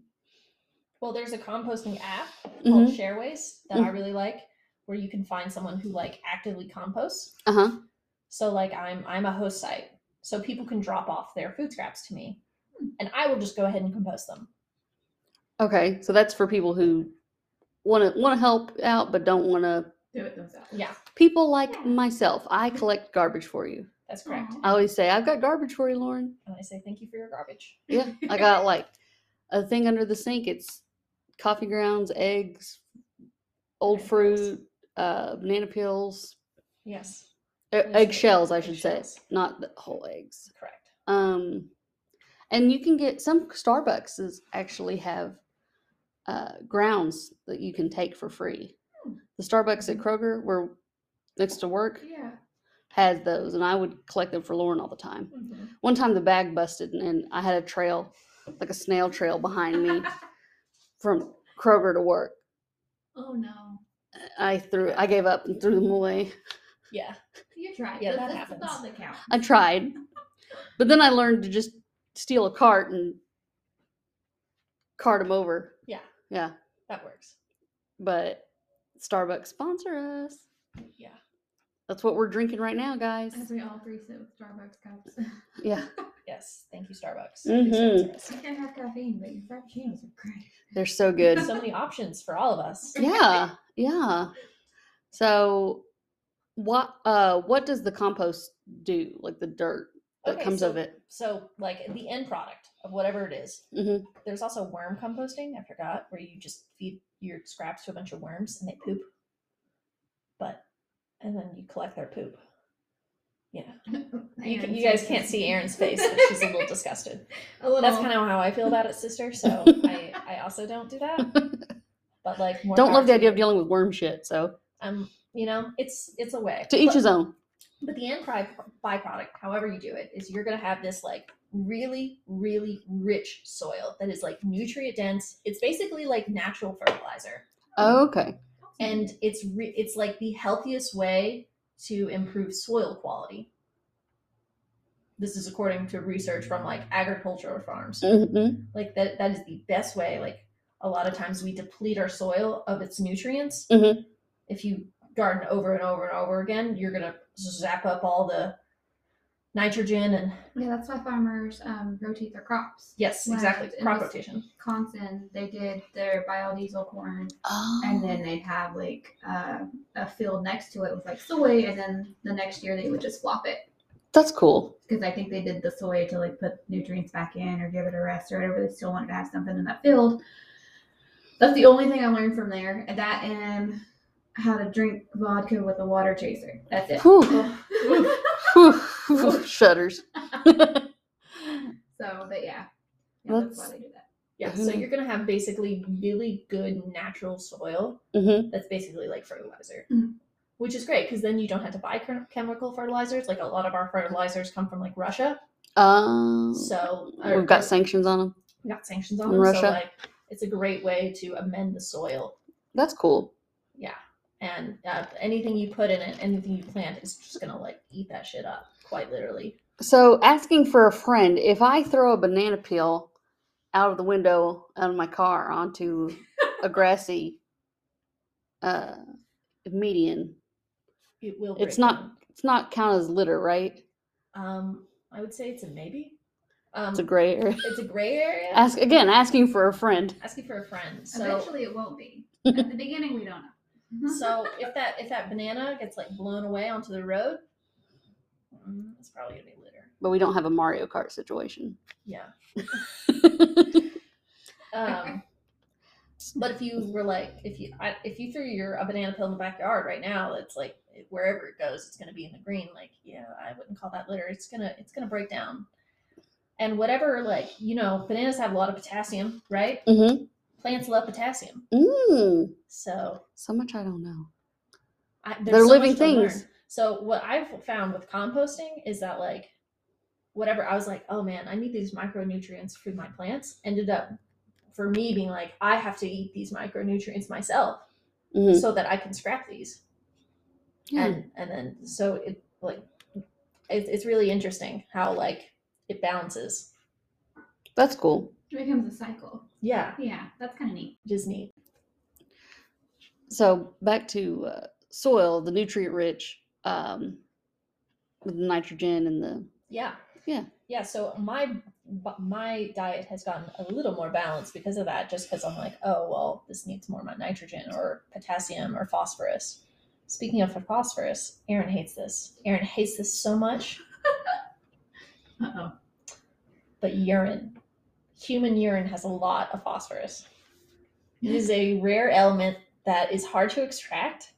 Speaker 3: Well, there's a composting app called
Speaker 2: Mhm.
Speaker 3: Shareways that I really like, where you can find someone who like actively composts.
Speaker 2: Uh huh.
Speaker 3: So like I'm I'm a host site. So people can drop off their food scraps to me and I will just go ahead and compost them.
Speaker 2: Okay, so that's for people who want to want to help out but don't want to.
Speaker 4: Do it themselves.
Speaker 3: Yeah,
Speaker 2: People like
Speaker 4: Yeah.
Speaker 2: myself, I collect garbage for you.
Speaker 3: that's correct.
Speaker 4: Aw.
Speaker 2: I always say, "I've got garbage for you, Lauren."
Speaker 3: And I say thank you for your garbage.
Speaker 2: Yeah, I got like a thing under the sink. It's coffee grounds, eggs, old
Speaker 3: Banana peels.
Speaker 2: fruit, uh, banana peels,
Speaker 3: Yes,
Speaker 2: e-
Speaker 3: Those are
Speaker 2: eggshells. I should say,
Speaker 3: eggshells.
Speaker 2: not the whole eggs.
Speaker 3: correct.
Speaker 2: Um, and you can get some Starbucks is actually have uh, grounds that you can take for free.
Speaker 4: Hmm.
Speaker 2: The Starbucks at Kroger, where next to work,
Speaker 4: Yeah.
Speaker 2: has those, and I would collect them for Lauren all the time.
Speaker 3: Mm-hmm.
Speaker 2: One time the bag busted, and I had a trail, like a snail trail behind me from Kroger to work.
Speaker 4: oh no.
Speaker 2: I threw, I gave up and threw them away.
Speaker 3: Yeah,
Speaker 4: You tried.
Speaker 3: Yeah,
Speaker 4: That-
Speaker 3: that
Speaker 4: that's the thought
Speaker 3: happens.
Speaker 4: that counts.
Speaker 2: I tried, but then I learned to just steal a cart and cart them over.
Speaker 3: Yeah.
Speaker 2: Yeah.
Speaker 3: that works.
Speaker 2: But Starbucks sponsor us.
Speaker 3: Yeah.
Speaker 2: That's what we're drinking right now, guys.
Speaker 4: As we all three sit with Starbucks cups.
Speaker 2: Yeah.
Speaker 3: Yes, thank you Starbucks.
Speaker 2: Mhm.
Speaker 3: Mm-hmm.
Speaker 4: I can't have caffeine, but your frappuccinos are great.
Speaker 2: They're so good.
Speaker 3: So many options for all of us.
Speaker 2: yeah. Yeah. So what uh what does the compost do? Like the dirt that
Speaker 3: Okay,
Speaker 2: comes
Speaker 3: so,
Speaker 2: of it.
Speaker 3: So like the end product of whatever it is.
Speaker 2: Mhm.
Speaker 3: There's also worm composting, I forgot, where you just feed your scraps to a bunch of worms and they poop. But and then you collect their poop. Yeah. You, can,
Speaker 4: Aaron's
Speaker 3: you guys
Speaker 4: face
Speaker 3: can't
Speaker 4: is-
Speaker 3: see Aaron's face, but she's a little disgusted.
Speaker 4: a little.
Speaker 3: That's kind of how I feel about it, sister. So I, I also don't do that. But like, more
Speaker 2: Don't
Speaker 3: power
Speaker 2: love the
Speaker 3: to
Speaker 2: idea
Speaker 3: you.
Speaker 2: of dealing with worm shit, so
Speaker 3: Um, you know, it's it's a way
Speaker 2: to each
Speaker 3: But-
Speaker 2: his own.
Speaker 3: But the end pri- byproduct, however you do it, is you're going to have this like really, really rich soil that is like nutrient dense. It's basically like natural fertilizer, um
Speaker 2: Oh, okay.
Speaker 4: Mm-hmm.
Speaker 3: and it's re- it's like the healthiest way to improve soil quality. This is according to research from like agricultural farms.
Speaker 2: Mhm.
Speaker 3: Like that that is the best way. Like a lot of times we deplete our soil of its nutrients.
Speaker 2: Mhm.
Speaker 3: If you garden over and over and over again, you're gonna zap up all the nitrogen and
Speaker 4: Yeah, that's why farmers um, rotate their crops.
Speaker 3: yes,
Speaker 4: Right,
Speaker 3: exactly
Speaker 4: and
Speaker 3: crop
Speaker 4: just-
Speaker 3: rotation.
Speaker 4: Conson, they did their biodiesel corn,
Speaker 2: Oh.
Speaker 4: and then they'd have like uh, a field next to it with like soy, and then the next year they would just flop it
Speaker 2: That's cool.
Speaker 4: because I think they did the soy to like put nutrients back in or give it a rest or whatever. They still wanted to have something in that field. That's the only thing I learned from there. and That and how to drink vodka with a water chaser. That's it.
Speaker 2: Whew. Whew. Shudders.
Speaker 4: so, but yeah, yeah that's,
Speaker 2: That's-
Speaker 4: why they do that.
Speaker 3: Yeah, so
Speaker 2: Mhm.
Speaker 3: you're gonna have basically really good natural soil
Speaker 2: hmm
Speaker 3: that's basically like fertilizer,
Speaker 4: Mhm.
Speaker 3: which is great because then you don't have to buy chem- chemical fertilizers. Like a lot of our fertilizers come from like Russia,
Speaker 2: Um,
Speaker 3: so or-
Speaker 2: we've got
Speaker 3: or-
Speaker 2: sanctions on them.
Speaker 3: we got sanctions on
Speaker 2: In
Speaker 3: them,
Speaker 2: Russia.
Speaker 3: so like it's a great way to amend the soil.
Speaker 2: That's cool.
Speaker 3: Yeah, and uh, anything you put in it, anything you plant, is just gonna like eat that shit up, quite literally.
Speaker 2: So, asking for a friend, if I throw a banana peel out of the window out of my car onto a grassy uh, median,
Speaker 3: It will.
Speaker 2: It's
Speaker 3: break
Speaker 2: not-
Speaker 3: down.
Speaker 2: it's not counted as litter, right?
Speaker 3: Um, I would say it's a maybe. Um,
Speaker 2: It's a gray area.
Speaker 3: it's a gray area.
Speaker 2: Ask again, asking for a friend.
Speaker 3: Asking for a friend. So,
Speaker 4: Eventually, it won't be. At the beginning, we don't
Speaker 2: Mm-hmm.
Speaker 4: know.
Speaker 3: so if that if that banana gets like blown away onto the road, mm, it's probably gonna be litter.
Speaker 2: But we don't have a Mario Kart situation.
Speaker 3: Yeah. Um, but if you were like, if you I, if you threw your a banana peel in the backyard right now, it's like wherever it goes, it's gonna be in the green. Like, yeah, I wouldn't call that litter. It's gonna it's gonna break down. And whatever, like you know, bananas have a lot of potassium, right?
Speaker 2: mm-hmm.
Speaker 3: Plants love potassium,
Speaker 2: mm,
Speaker 3: so
Speaker 2: so much I don't know.
Speaker 3: I, there's
Speaker 2: They're
Speaker 3: so
Speaker 2: living
Speaker 3: much to learn.
Speaker 2: things.
Speaker 3: So what I've found with composting is that like whatever I was like, oh man, I need these micronutrients for my plants. Ended up for me being like, I have to eat these micronutrients myself
Speaker 2: Mhm.
Speaker 3: so that I can scrap these.
Speaker 2: Hmm. Yeah.
Speaker 3: And and then so it like it's, it's really interesting how like it balances.
Speaker 2: That's cool.
Speaker 4: It becomes a cycle.
Speaker 3: Yeah,
Speaker 4: Yeah, that's kind of neat.
Speaker 3: it is neat.
Speaker 2: So back to uh, soil, the nutrient rich um, with the nitrogen and the
Speaker 3: Yeah.
Speaker 2: Yeah.
Speaker 3: Yeah. So my b- my diet has gotten a little more balanced because of that. Just because I'm like, oh well, this needs more nitrogen or potassium or phosphorus. Speaking of phosphorus, Aaron hates this. Aaron hates this so much.
Speaker 4: Uh oh.
Speaker 3: But urine, human urine has a lot of phosphorus. It is a rare element that is hard to extract.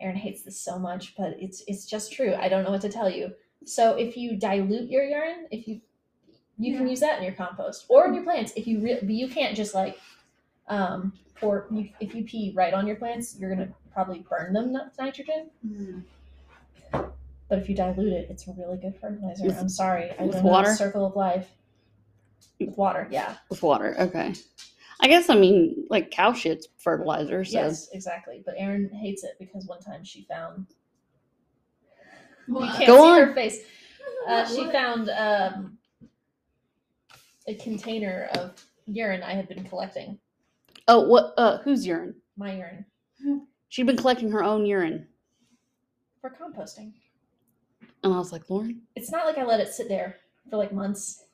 Speaker 3: Aaron hates this so much, but it's it's just true. I don't know what to tell you. So if you dilute your urine, if you you can
Speaker 4: Yeah.
Speaker 3: use that in your compost or in your plants. If you re- but you can't just like um pour you, if you pee right on your plants, you're gonna probably burn them with nitrogen.
Speaker 4: Mm-hmm.
Speaker 3: But if you dilute it, it's a really good fertilizer.
Speaker 2: With-
Speaker 3: I'm sorry, I
Speaker 2: with
Speaker 3: don't know,
Speaker 2: water?
Speaker 3: Circle of life. With water, yeah.
Speaker 2: with water. Okay. I guess I mean like cow shit's fertilizer, so
Speaker 3: Yes, exactly. But Erin hates it because one time she found you
Speaker 4: What?
Speaker 3: can't
Speaker 2: Go
Speaker 3: see
Speaker 2: on.
Speaker 3: her face. Uh, she found um, a container of urine I had been collecting.
Speaker 2: Oh, what? Uh, whose urine?
Speaker 3: My urine
Speaker 2: She'd been collecting her own urine,
Speaker 3: for composting.
Speaker 2: and I was like, Lauren,
Speaker 3: It's not like I let it sit there for like months.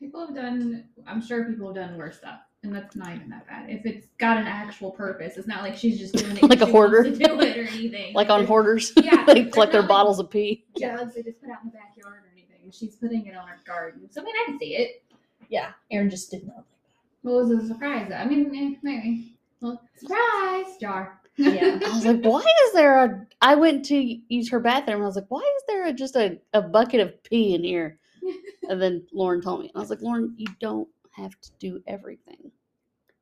Speaker 4: People have done. I'm sure people have done worse stuff, and that's not even that bad. If it's got an actual purpose, it's not like she's just doing it 'cause
Speaker 2: Like a
Speaker 4: she wants
Speaker 2: hoarder.
Speaker 4: to do it or anything.
Speaker 2: like on
Speaker 4: there's-
Speaker 2: hoarders,
Speaker 4: Yeah,
Speaker 2: they
Speaker 4: there's
Speaker 2: collect their
Speaker 4: not, like,
Speaker 2: bottles of pee.
Speaker 4: Jugs they just put out in the backyard or anything. She's putting it on her garden, so I mean I can see it.
Speaker 3: Yeah, Erin just did not.
Speaker 4: What was the surprise? I mean, eh, maybe. Well, surprise jar.
Speaker 3: Yeah.
Speaker 2: I was like, why is there a? I went to use her bathroom. and I was like, why is there a, just a, a bucket of pee in here? And then Lauren told me, I was like, Lauren, you don't have to do everything.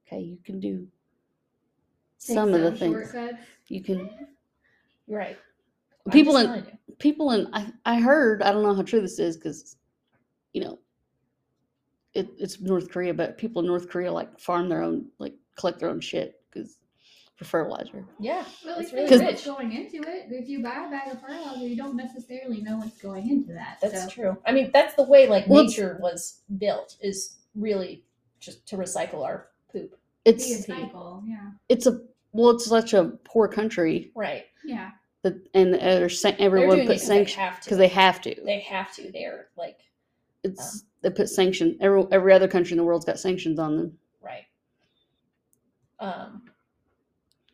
Speaker 2: Okay, you can do
Speaker 4: Take
Speaker 2: some of the
Speaker 4: some
Speaker 2: things.
Speaker 4: shortcuts.
Speaker 2: You can
Speaker 3: You're right. I'm
Speaker 2: People
Speaker 3: just
Speaker 2: in-
Speaker 3: telling you.
Speaker 2: people and I, I heard i don't know how true this is because you know it, it's north korea but people in north korea like farm their own like collect their own shit because for fertilizer
Speaker 3: Yeah,
Speaker 4: Well,
Speaker 3: It's
Speaker 4: it's
Speaker 3: really
Speaker 4: really
Speaker 3: rich.
Speaker 4: what's going into it. If you buy a bag of fertilizer, you don't necessarily know what's going into that.
Speaker 3: that's
Speaker 4: so
Speaker 3: true. I mean, that's the way like
Speaker 2: Well, it's-
Speaker 3: nature was built is really just to recycle our poop.
Speaker 4: it's
Speaker 2: it's
Speaker 4: a cycle. Yeah.
Speaker 2: it's a well it's such a poor country
Speaker 3: Right.
Speaker 4: Yeah.
Speaker 2: that and uh, they're san- everyone
Speaker 3: They're doing
Speaker 2: put
Speaker 3: it 'cause they
Speaker 2: sanctions
Speaker 3: have to.
Speaker 2: because they have to
Speaker 3: they have to. They're like
Speaker 2: it's they put sanction every, every other country in the world's got sanctions on them
Speaker 3: Right. Um,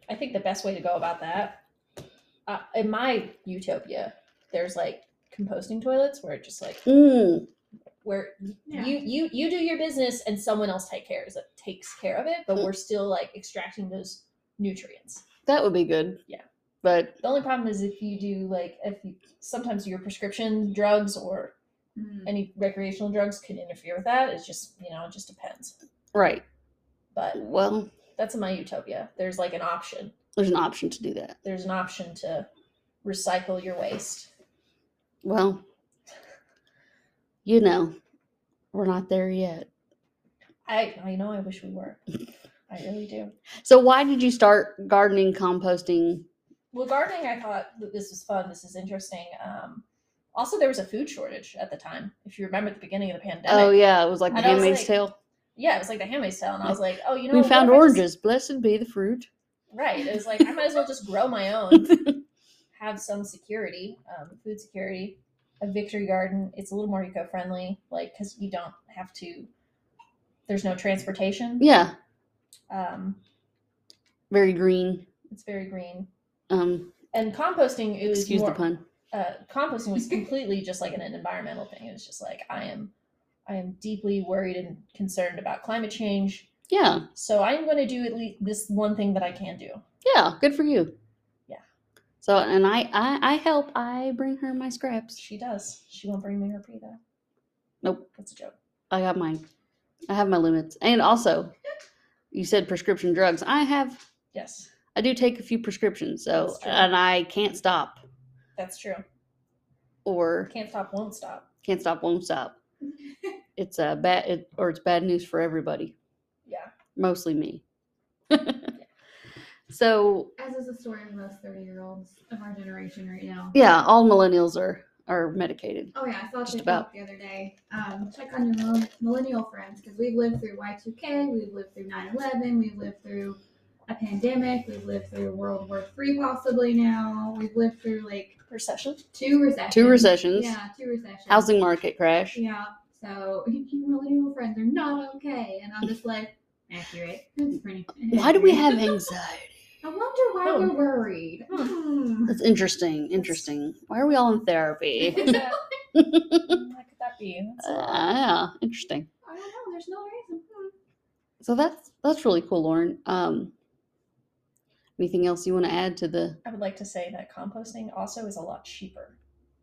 Speaker 3: I think the best way to go about that, uh, in my utopia, there's like composting toilets where it just like
Speaker 2: mm,
Speaker 3: where
Speaker 4: Yeah.
Speaker 3: you you you do your business and someone else take cares it takes care of it, but we're still like extracting those nutrients.
Speaker 2: that would be good
Speaker 3: Yeah.
Speaker 2: but
Speaker 3: The only problem is if you do like if you sometimes your prescription drugs or
Speaker 4: Mm.
Speaker 3: any recreational drugs could interfere with that. It's just you know it just depends.
Speaker 2: right
Speaker 3: But
Speaker 2: well
Speaker 3: that's my utopia. There's like an option.
Speaker 2: there's an option to do that
Speaker 3: there's an option to recycle your waste.
Speaker 2: Well, you know, we're not there yet.
Speaker 3: I I know I wish we were. I really do.
Speaker 2: So why did you start gardening, composting?
Speaker 3: Well, gardening, I thought that this was fun. This is interesting. Um, also, there was a food shortage at the time. If you remember at the beginning of the pandemic.
Speaker 2: Oh yeah, it was like the
Speaker 3: And I was
Speaker 2: Handmaid's
Speaker 3: like,
Speaker 2: Tale.
Speaker 3: Yeah, it was like the handmaid's tale, and I was like, oh, you know,
Speaker 2: We
Speaker 3: what
Speaker 2: found
Speaker 3: if I just-
Speaker 2: oranges. Blessed be the fruit.
Speaker 3: right. It was like I might as well just grow my own, have some security, um, food security. A victory garden. It's a little more eco-friendly, like because you don't have to. There's no transportation.
Speaker 2: Yeah,
Speaker 3: Um,
Speaker 2: very green.
Speaker 3: it's very green.
Speaker 2: Um,
Speaker 3: and composting it was
Speaker 2: excuse
Speaker 3: more,
Speaker 2: the pun.
Speaker 3: uh, composting was completely just like an environmental thing it was just like i am i am deeply worried and concerned about climate change
Speaker 2: Yeah,
Speaker 3: so i'm going to do at least this one thing that i can do
Speaker 2: yeah. Good for you.
Speaker 3: Yeah.
Speaker 2: So and I, I, I help. I bring her my scraps.
Speaker 3: she does she won't bring me her pee though
Speaker 2: Nope.
Speaker 3: that's a joke
Speaker 2: I got mine. I have my limits. And also, you said prescription drugs. I have.
Speaker 3: yes
Speaker 2: I do take a few prescriptions. So
Speaker 3: That's true.
Speaker 2: and I can't stop
Speaker 3: that's true
Speaker 2: or
Speaker 3: can't stop won't stop
Speaker 2: can't stop won't stop it's a bad it, or it's bad news for everybody
Speaker 3: yeah
Speaker 2: mostly me so
Speaker 4: As is the story of most thirty-year-olds of our generation right now.
Speaker 2: yeah all millennials are or medicated.
Speaker 4: Oh yeah, I saw a
Speaker 2: Just
Speaker 4: TikTok
Speaker 2: about.
Speaker 4: the other day. Um, check on your mil- millennial friends because we've lived through Y2K, we've lived through 9/11, we've lived through a pandemic, we've lived through World War Three possibly now, we've lived through like
Speaker 3: Recession.
Speaker 4: two recessions.
Speaker 2: Two recessions,
Speaker 4: Yeah, two recessions.
Speaker 2: housing market crash.
Speaker 4: Yeah. So your millennial friends are not okay, and I'm just like accurate. That's pretty.
Speaker 2: Why do we Oh.
Speaker 4: accurate.
Speaker 2: have anxiety?
Speaker 4: I wonder why
Speaker 3: Hmm.
Speaker 4: we're worried. Hmm.
Speaker 2: That's interesting. Interesting. Why are we all in therapy?
Speaker 3: What could that what could that be? That's a lot.
Speaker 2: Ah, yeah, interesting.
Speaker 4: I don't know. There's no reason. Hmm.
Speaker 2: So that's that's really cool, Lauren. Um, anything else you want to add to the?
Speaker 3: I would like to say that composting also is a lot cheaper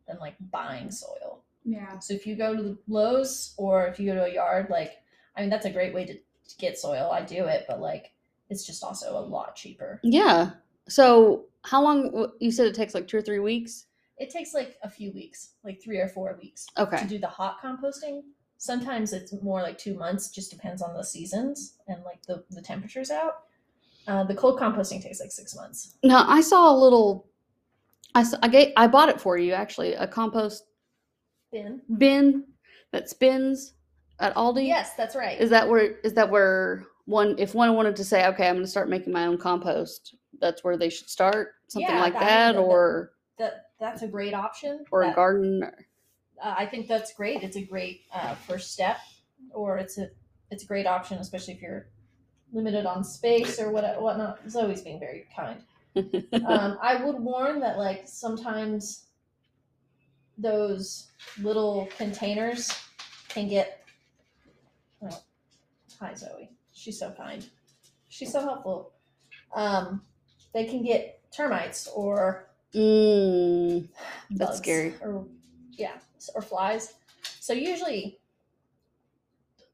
Speaker 3: than like buying soil.
Speaker 4: Yeah.
Speaker 3: So if you go to the Lowe's or if you go to a yard, like I mean that's a great way to, to get soil. I do it, but like it's just also a lot cheaper.
Speaker 2: Yeah. So how long? w- You said it takes like two or three weeks.
Speaker 3: It takes like a few weeks, like three or four weeks to
Speaker 2: Okay.
Speaker 3: do the hot composting. Sometimes it's more like two months, just depends on the seasons and like the, the temperatures out. Uh, the cold composting takes like six months.
Speaker 2: Now I saw a little. I s- I ga- I bought it for you actually a compost
Speaker 3: Bin.
Speaker 2: bin that spins at Aldi.
Speaker 3: Yes, that's right.
Speaker 2: Is that where is that where one if one wanted to say okay I'm going to start making my own compost that's where they should start something
Speaker 3: Yeah,
Speaker 2: like
Speaker 3: that- I mean,
Speaker 2: that,
Speaker 3: the- the-
Speaker 2: or
Speaker 3: that that's a great option.
Speaker 2: or a
Speaker 3: That-
Speaker 2: garden or-
Speaker 3: uh, I think that's great. It's a great uh, first step, or it's a it's a great option, especially if you're limited on space or what whatnot. Zoe's being very kind. um, I would warn that like sometimes those little containers can get. Oh, hi Zoe, she's so kind. She's so helpful. Um, they can get termites or
Speaker 2: Mm, That's
Speaker 3: bugs
Speaker 2: scary.
Speaker 3: Or yeah, s- or flies. So usually,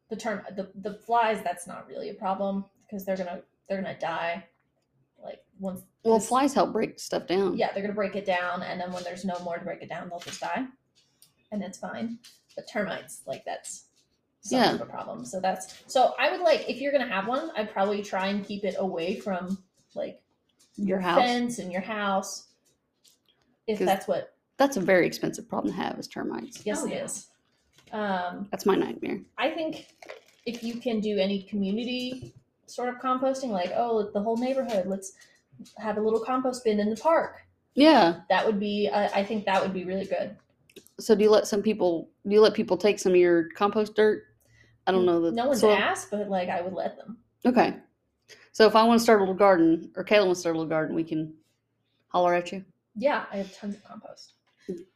Speaker 3: the term the the flies that's not really a problem because they're gonna they're gonna die. Like once
Speaker 2: well
Speaker 3: 'cause-
Speaker 2: flies help break stuff down
Speaker 3: yeah, they're gonna break it down, and then when there's no more to break it down, they'll just die, and it's fine. But termites, like that's some
Speaker 2: Yeah.
Speaker 3: type of problem. So that's so I would like if you're gonna have one, I'd probably try and keep it away from like
Speaker 2: your
Speaker 3: your
Speaker 2: house
Speaker 3: fence and your house. If
Speaker 2: 'Cause-
Speaker 3: that's what
Speaker 2: that's a very expensive problem to have is termites
Speaker 3: Yes,
Speaker 4: Oh,
Speaker 3: it
Speaker 4: yeah.
Speaker 3: is. Um,
Speaker 2: that's my nightmare
Speaker 3: I think if you can do any community sort of composting, like oh, the whole neighborhood, let's have a little compost bin in the park.
Speaker 2: yeah
Speaker 3: That would be, uh, I think, that would be really good.
Speaker 2: so do you let some people do you let people take some of your compost dirt I don't know that
Speaker 3: No one's
Speaker 2: soil-
Speaker 3: asked, but like I would let them.
Speaker 2: okay so if I want to start a little garden or Kayla wants to start a little garden we can holler at you
Speaker 3: Yeah, I have tons of compost.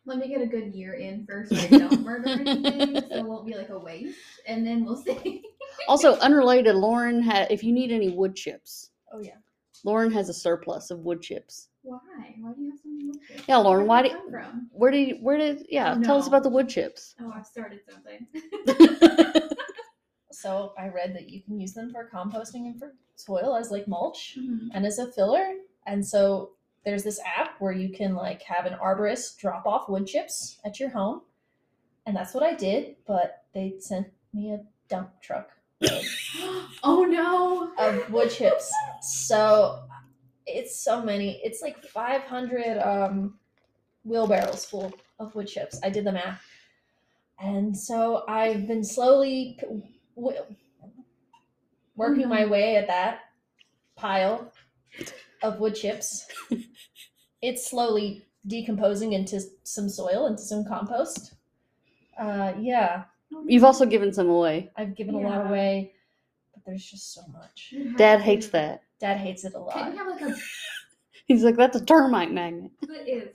Speaker 4: Let me get a good year in first so I don't murder anything, so it won't be like a waste, and then we'll see.
Speaker 2: also unrelated Lauren ha- if you need any wood chips
Speaker 3: Oh yeah,
Speaker 2: Lauren has a surplus of wood chips
Speaker 4: Why? Why do you have so many wood chips?
Speaker 2: Yeah, Lauren,
Speaker 4: Where
Speaker 2: why
Speaker 4: did
Speaker 2: do-
Speaker 4: it come from?
Speaker 2: where did where did yeah
Speaker 4: Oh,
Speaker 2: tell us
Speaker 4: no.
Speaker 2: about the wood chips
Speaker 4: Oh, I've started something.
Speaker 3: so I read that you can use them for composting and for soil as like mulch
Speaker 4: Mhm.
Speaker 3: and as a filler. And so there's this app where you can like have an arborist drop off wood chips at your home. And that's what I did, but they sent me a dump truck
Speaker 4: oh no!
Speaker 3: of wood chips. So it's so many. It's like 500 um, wheelbarrows full of wood chips. I did the math. And so I've been slowly p- w- working
Speaker 4: Mm-hmm.
Speaker 3: my way at that pile of wood chips. it's slowly decomposing into some soil, into some compost. Uh, yeah,
Speaker 4: Oh,
Speaker 2: you've also given some away
Speaker 3: I've given a lot
Speaker 4: Yeah.
Speaker 3: away, but there's just so much.
Speaker 4: You'd have
Speaker 2: Dad
Speaker 4: to-
Speaker 2: hates that
Speaker 3: Dad hates it a
Speaker 4: Couldn't
Speaker 3: lot.
Speaker 4: you have like a
Speaker 2: he's like that's a termite magnet
Speaker 4: what is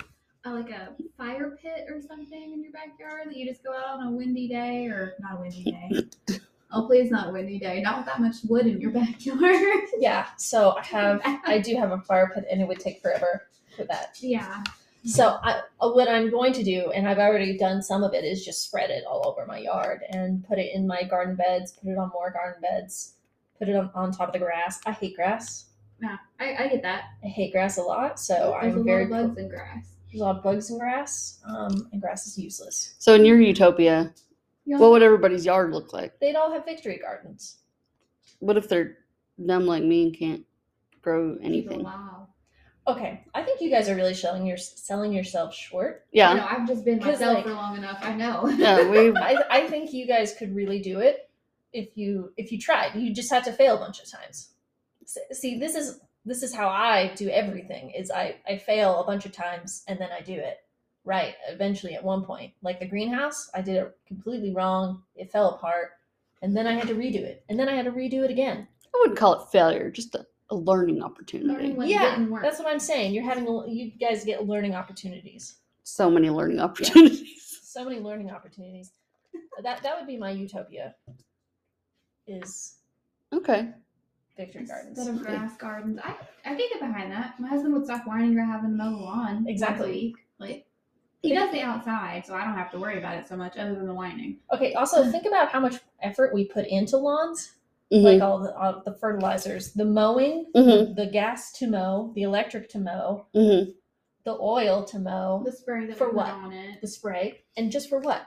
Speaker 4: uh, like a fire pit or something in your backyard that you just go out on a windy day or not a windy day? oh please, not windy day. Not with that much wood in your backyard.
Speaker 3: Yeah, so I have, I do have a fire pit, and it would take forever for that.
Speaker 4: yeah.
Speaker 3: So I, uh, what I'm going to do, and I've already done some of it, is just spread it all over my yard and put it in my garden beds, put it on more garden beds, put it on, on top of the grass. I hate grass.
Speaker 4: Yeah, I, I get that.
Speaker 3: I hate grass a lot,
Speaker 2: Oh,
Speaker 3: so
Speaker 4: There's
Speaker 3: I'm
Speaker 4: a
Speaker 3: very
Speaker 4: lot of bugs in grass.
Speaker 3: there's a lot of bugs in grass, um, and grass is useless.
Speaker 2: so in your utopia
Speaker 4: Yeah.
Speaker 2: what would everybody's yard look like
Speaker 3: They'd all have victory gardens.
Speaker 2: What if they're dumb like me and can't grow
Speaker 4: People,
Speaker 2: anything?
Speaker 4: Wow.
Speaker 3: Okay, I think you guys are really selling your selling yourself short.
Speaker 4: You
Speaker 2: Yeah,
Speaker 4: know, I've just been
Speaker 3: 'Cause,
Speaker 4: myself
Speaker 3: like-
Speaker 4: for long enough. I know.
Speaker 2: yeah, we
Speaker 3: I I think you guys could really do it if you if you tried. You just have to fail a bunch of times. S- See, this is this is how I do everything. Is I I fail a bunch of times and then I do it right eventually at one point. Like the greenhouse, I did it completely wrong. It fell apart, and then I had to redo it, and then I had to redo it again.
Speaker 2: I wouldn't call it failure, just a, a learning opportunity.
Speaker 4: Learning what
Speaker 3: Yeah,
Speaker 4: didn't work.
Speaker 3: That's what I'm saying. You're having a- you guys get learning opportunities.
Speaker 2: So many learning opportunities.
Speaker 3: so many learning opportunities. That that would be my utopia. Is
Speaker 2: Okay.
Speaker 3: Victory
Speaker 4: Instead
Speaker 3: Gardens.
Speaker 4: of grass gardens, I I can get behind that. My husband would stop whining or having to mow the lawn once a
Speaker 3: Exactly.
Speaker 4: week. Like he does the outside, so I don't have to worry about it so much, other than the whining.
Speaker 3: Okay. Also, think about how much effort we put into lawns,
Speaker 2: Mhm,
Speaker 3: like all the, all the fertilizers, the mowing,
Speaker 2: mhm,
Speaker 3: the gas to mow, the electric to mow,
Speaker 2: mhm.
Speaker 3: the oil to mow,
Speaker 4: The spray that
Speaker 3: For
Speaker 4: we put
Speaker 3: what?
Speaker 4: on it.
Speaker 3: the spray, and just for what?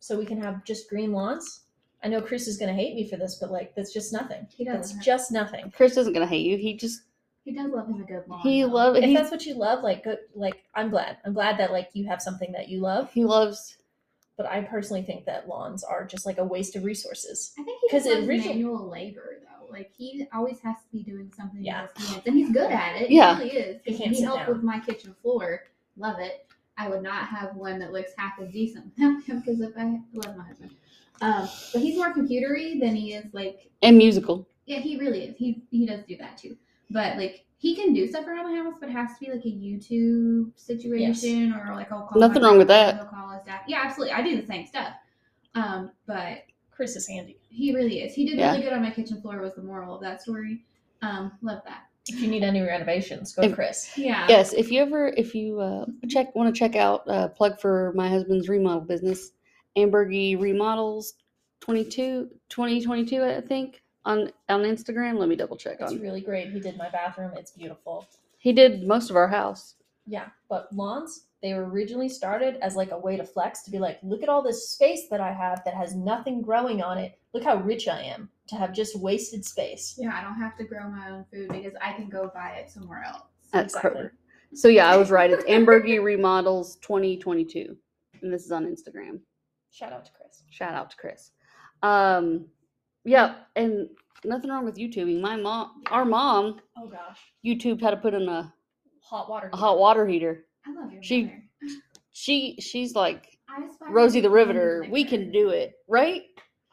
Speaker 3: So we can have just green lawns. I know Chris is going to hate me for this, but like that's just nothing.
Speaker 4: He
Speaker 3: That's
Speaker 4: does.
Speaker 3: just nothing.
Speaker 2: Chris isn't gonna hate you. He just
Speaker 4: he does love him a good lawn.
Speaker 2: he
Speaker 4: though.
Speaker 2: love
Speaker 3: If
Speaker 2: he,
Speaker 3: that's what you love, like good, like I'm glad. I'm glad that like you have something that you love.
Speaker 2: he loves
Speaker 3: But I personally think that lawns are just like a waste of resources.
Speaker 4: I think he
Speaker 3: 'Cause
Speaker 4: just
Speaker 3: it
Speaker 4: loves
Speaker 3: origi-
Speaker 4: manual labor though. Like he always has to be doing something
Speaker 3: Yeah.
Speaker 4: with his hands, and he's good at it.
Speaker 2: Yeah.
Speaker 4: he really is.
Speaker 3: He
Speaker 4: He,
Speaker 3: can't sit
Speaker 4: helped
Speaker 3: down.
Speaker 4: with my kitchen floor. Love it. I would not have one that looks half as decent without him because if I love my husband, um, but he's more computery than he is like.
Speaker 2: and musical.
Speaker 4: Yeah, he really is. He he does do that too, but like. He can do stuff around the house, but it has to be like a YouTube situation or like I'll call my
Speaker 2: Nothing wrong with
Speaker 4: grandma,
Speaker 2: that.
Speaker 4: I'll call his dad. Yeah, absolutely. I do the same stuff, um, but
Speaker 3: Chris is handy.
Speaker 4: he really is. He did
Speaker 2: Yeah.
Speaker 4: really good on my kitchen floor. Was the moral of that story? Um, love that.
Speaker 3: If you need any renovations, go
Speaker 2: If-
Speaker 3: to Chris.
Speaker 4: Yeah.
Speaker 2: Yes, if you ever if you uh, check want to check out uh, plug for my husband's remodel business, Ambergy Remodels 22 2022 I think on on Instagram. Let me double check
Speaker 3: It's
Speaker 2: on.
Speaker 3: really great. He did my bathroom. It's beautiful.
Speaker 2: He did most of our house.
Speaker 3: Yeah, but lawns, they were originally started as like a way to flex to be like, look at all this space that I have that has nothing growing on it. Look how rich I am to have just wasted space.
Speaker 4: Yeah, I don't have to grow my own food because I can go buy it somewhere else.
Speaker 2: at
Speaker 3: Exactly.
Speaker 2: Kroger. So yeah, I was right. It's Ambergy Remodels 2022, and this is on Instagram.
Speaker 3: Shout out to Chris.
Speaker 2: Shout out to Chris. Um, yeah, and nothing wrong with YouTubing. My mom, our mom,
Speaker 3: Oh gosh.
Speaker 2: YouTube how to put in a,
Speaker 3: Hot water.
Speaker 2: a hot water heater.
Speaker 4: I love your
Speaker 2: She-
Speaker 4: mother.
Speaker 2: She she's like
Speaker 4: I aspire
Speaker 2: Rosie the
Speaker 4: to be
Speaker 2: Riveter.
Speaker 4: like
Speaker 2: We
Speaker 4: her.
Speaker 2: can do it, right?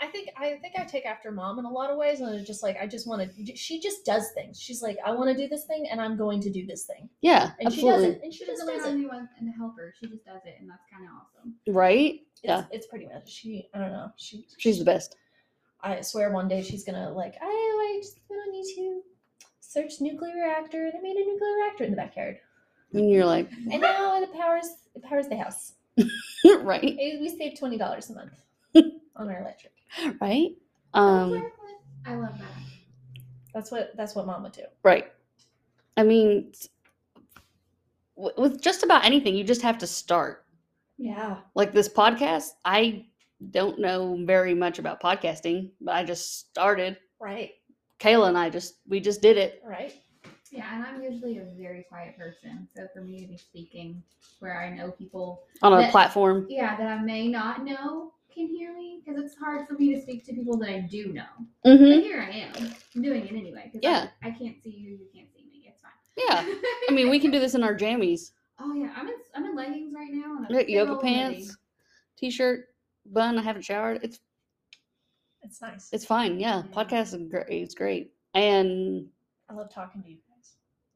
Speaker 3: I think I think I take after mom in a lot of ways and it's just like I just want to she just does things. She's like, I want to do this thing and I'm going to do this thing.
Speaker 2: Yeah,
Speaker 3: And she
Speaker 2: absolutely.
Speaker 3: doesn't and
Speaker 4: She
Speaker 3: she just
Speaker 4: doesn't
Speaker 3: does
Speaker 4: have
Speaker 3: it.
Speaker 4: anyone to help her. She just does it, and that's kind of awesome.
Speaker 2: Right? Yeah,
Speaker 3: It's, it's pretty much she I don't know. She
Speaker 2: she's the best.
Speaker 3: I swear one day she's gonna like, oh, I just went on YouTube, search nuclear reactor, and I made a nuclear reactor in the backyard.
Speaker 2: And you're like,
Speaker 3: And now it powers it powers the house.
Speaker 2: right,
Speaker 3: It- we save twenty dollars a month on our electric.
Speaker 2: right, um,
Speaker 4: I love that.
Speaker 3: That's what that's what mom would do.
Speaker 2: right. I mean, it's- w- with just about anything, you just have to start.
Speaker 3: Yeah.
Speaker 2: like this podcast i don't know very much about podcasting but i just started
Speaker 3: Right.
Speaker 2: kayla and i just we just did it
Speaker 3: Right.
Speaker 4: Yeah, and I'm usually a very quiet person, so for me to be speaking where I know people
Speaker 2: on a
Speaker 4: That-
Speaker 2: platform
Speaker 4: yeah, that I may not know can hear me because it's hard for me to speak to people that I do know.
Speaker 2: mm-hmm.
Speaker 4: But here I am doing it anyway because
Speaker 2: Yeah.
Speaker 4: I, can't see you, you can't see me. It's fine.
Speaker 2: yeah i mean we can do this in our jammies
Speaker 4: oh yeah, I'm in I'm in leggings right now. And a
Speaker 2: Look,
Speaker 4: big
Speaker 2: yoga
Speaker 4: old hoodie.
Speaker 2: pants t-shirt bun i haven't showered it's
Speaker 3: It's nice.
Speaker 2: it's fine yeah
Speaker 4: Mhm.
Speaker 2: podcast is great it's great and
Speaker 3: I love talking to you guys.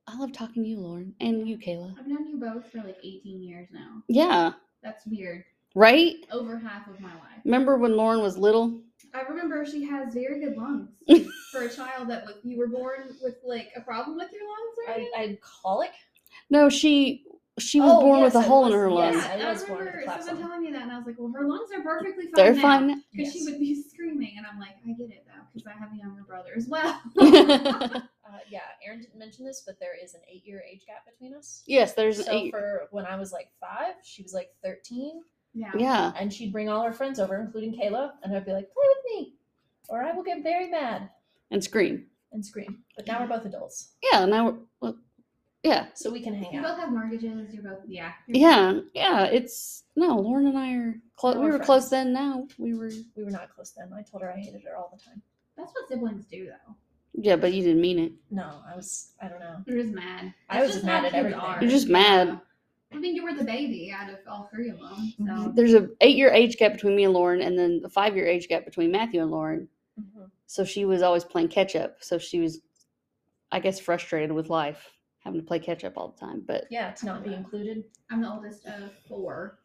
Speaker 2: i love talking to you lauren and you kayla
Speaker 4: I've known you both for like 18 years now.
Speaker 2: yeah
Speaker 4: That's weird.
Speaker 2: right
Speaker 4: Over half of my life.
Speaker 2: remember when lauren was little
Speaker 4: I remember she has very good lungs for a child that was you were born with like a problem with your lungs, right?
Speaker 3: I, I colic.
Speaker 2: no she she was
Speaker 3: Oh,
Speaker 2: born
Speaker 3: yes,
Speaker 2: with a
Speaker 3: I
Speaker 2: hole in
Speaker 3: was-
Speaker 2: her lung
Speaker 3: yes.
Speaker 4: yeah,
Speaker 3: I
Speaker 4: I
Speaker 3: was born with
Speaker 4: remember
Speaker 3: a
Speaker 4: someone
Speaker 3: clap
Speaker 4: telling me that, and I was like, "Well, her lungs are perfectly fine."
Speaker 2: they're
Speaker 4: now.
Speaker 2: fine
Speaker 4: Because
Speaker 3: Yes.
Speaker 4: she would be screaming, and I'm like, I get it though, because I have a younger brother as well.
Speaker 3: Uh, yeah, Aaron didn't mention this, but there is an eight-year age gap between us.
Speaker 2: yes there's an
Speaker 3: so
Speaker 2: eight
Speaker 3: for when I was like five, she was like thirteen,
Speaker 4: yeah.
Speaker 2: yeah
Speaker 3: and she'd bring all her friends over, including Kayla, and I'd be like, "Play with me," or I will get very mad.
Speaker 2: and scream
Speaker 3: and scream. But now we're both adults.
Speaker 2: Yeah, now we're, well, Yeah.
Speaker 3: so we can hang
Speaker 4: You
Speaker 3: out.
Speaker 4: both have mortgages. You're both yeah.
Speaker 3: Mm-hmm.
Speaker 4: you're-
Speaker 2: Yeah. Yeah. It's no, Lauren and I are close.
Speaker 3: Now
Speaker 2: We
Speaker 3: we're
Speaker 2: were close then. Now we were.
Speaker 3: We were not close then. I told her I hated her all the time.
Speaker 4: That's what siblings do though.
Speaker 2: Yeah, but you didn't mean it.
Speaker 3: No, I was. I don't know.
Speaker 4: You're just mad.
Speaker 3: I
Speaker 4: That's
Speaker 3: was
Speaker 4: just
Speaker 3: mad
Speaker 4: how
Speaker 3: at
Speaker 4: kids
Speaker 3: everything.
Speaker 4: are.
Speaker 2: You're just mad.
Speaker 4: I mean, you were the baby out of all three of them. So
Speaker 3: Mhm.
Speaker 2: There's a eight year age gap between me and Lauren, and then a five year age gap between Matthew and Lauren.
Speaker 3: Mm-hmm.
Speaker 2: So she was always playing catch up. So she was, I guess, frustrated with life, having to play catch up all the time. But
Speaker 3: Yeah, to not be included.
Speaker 4: I'm the oldest of four.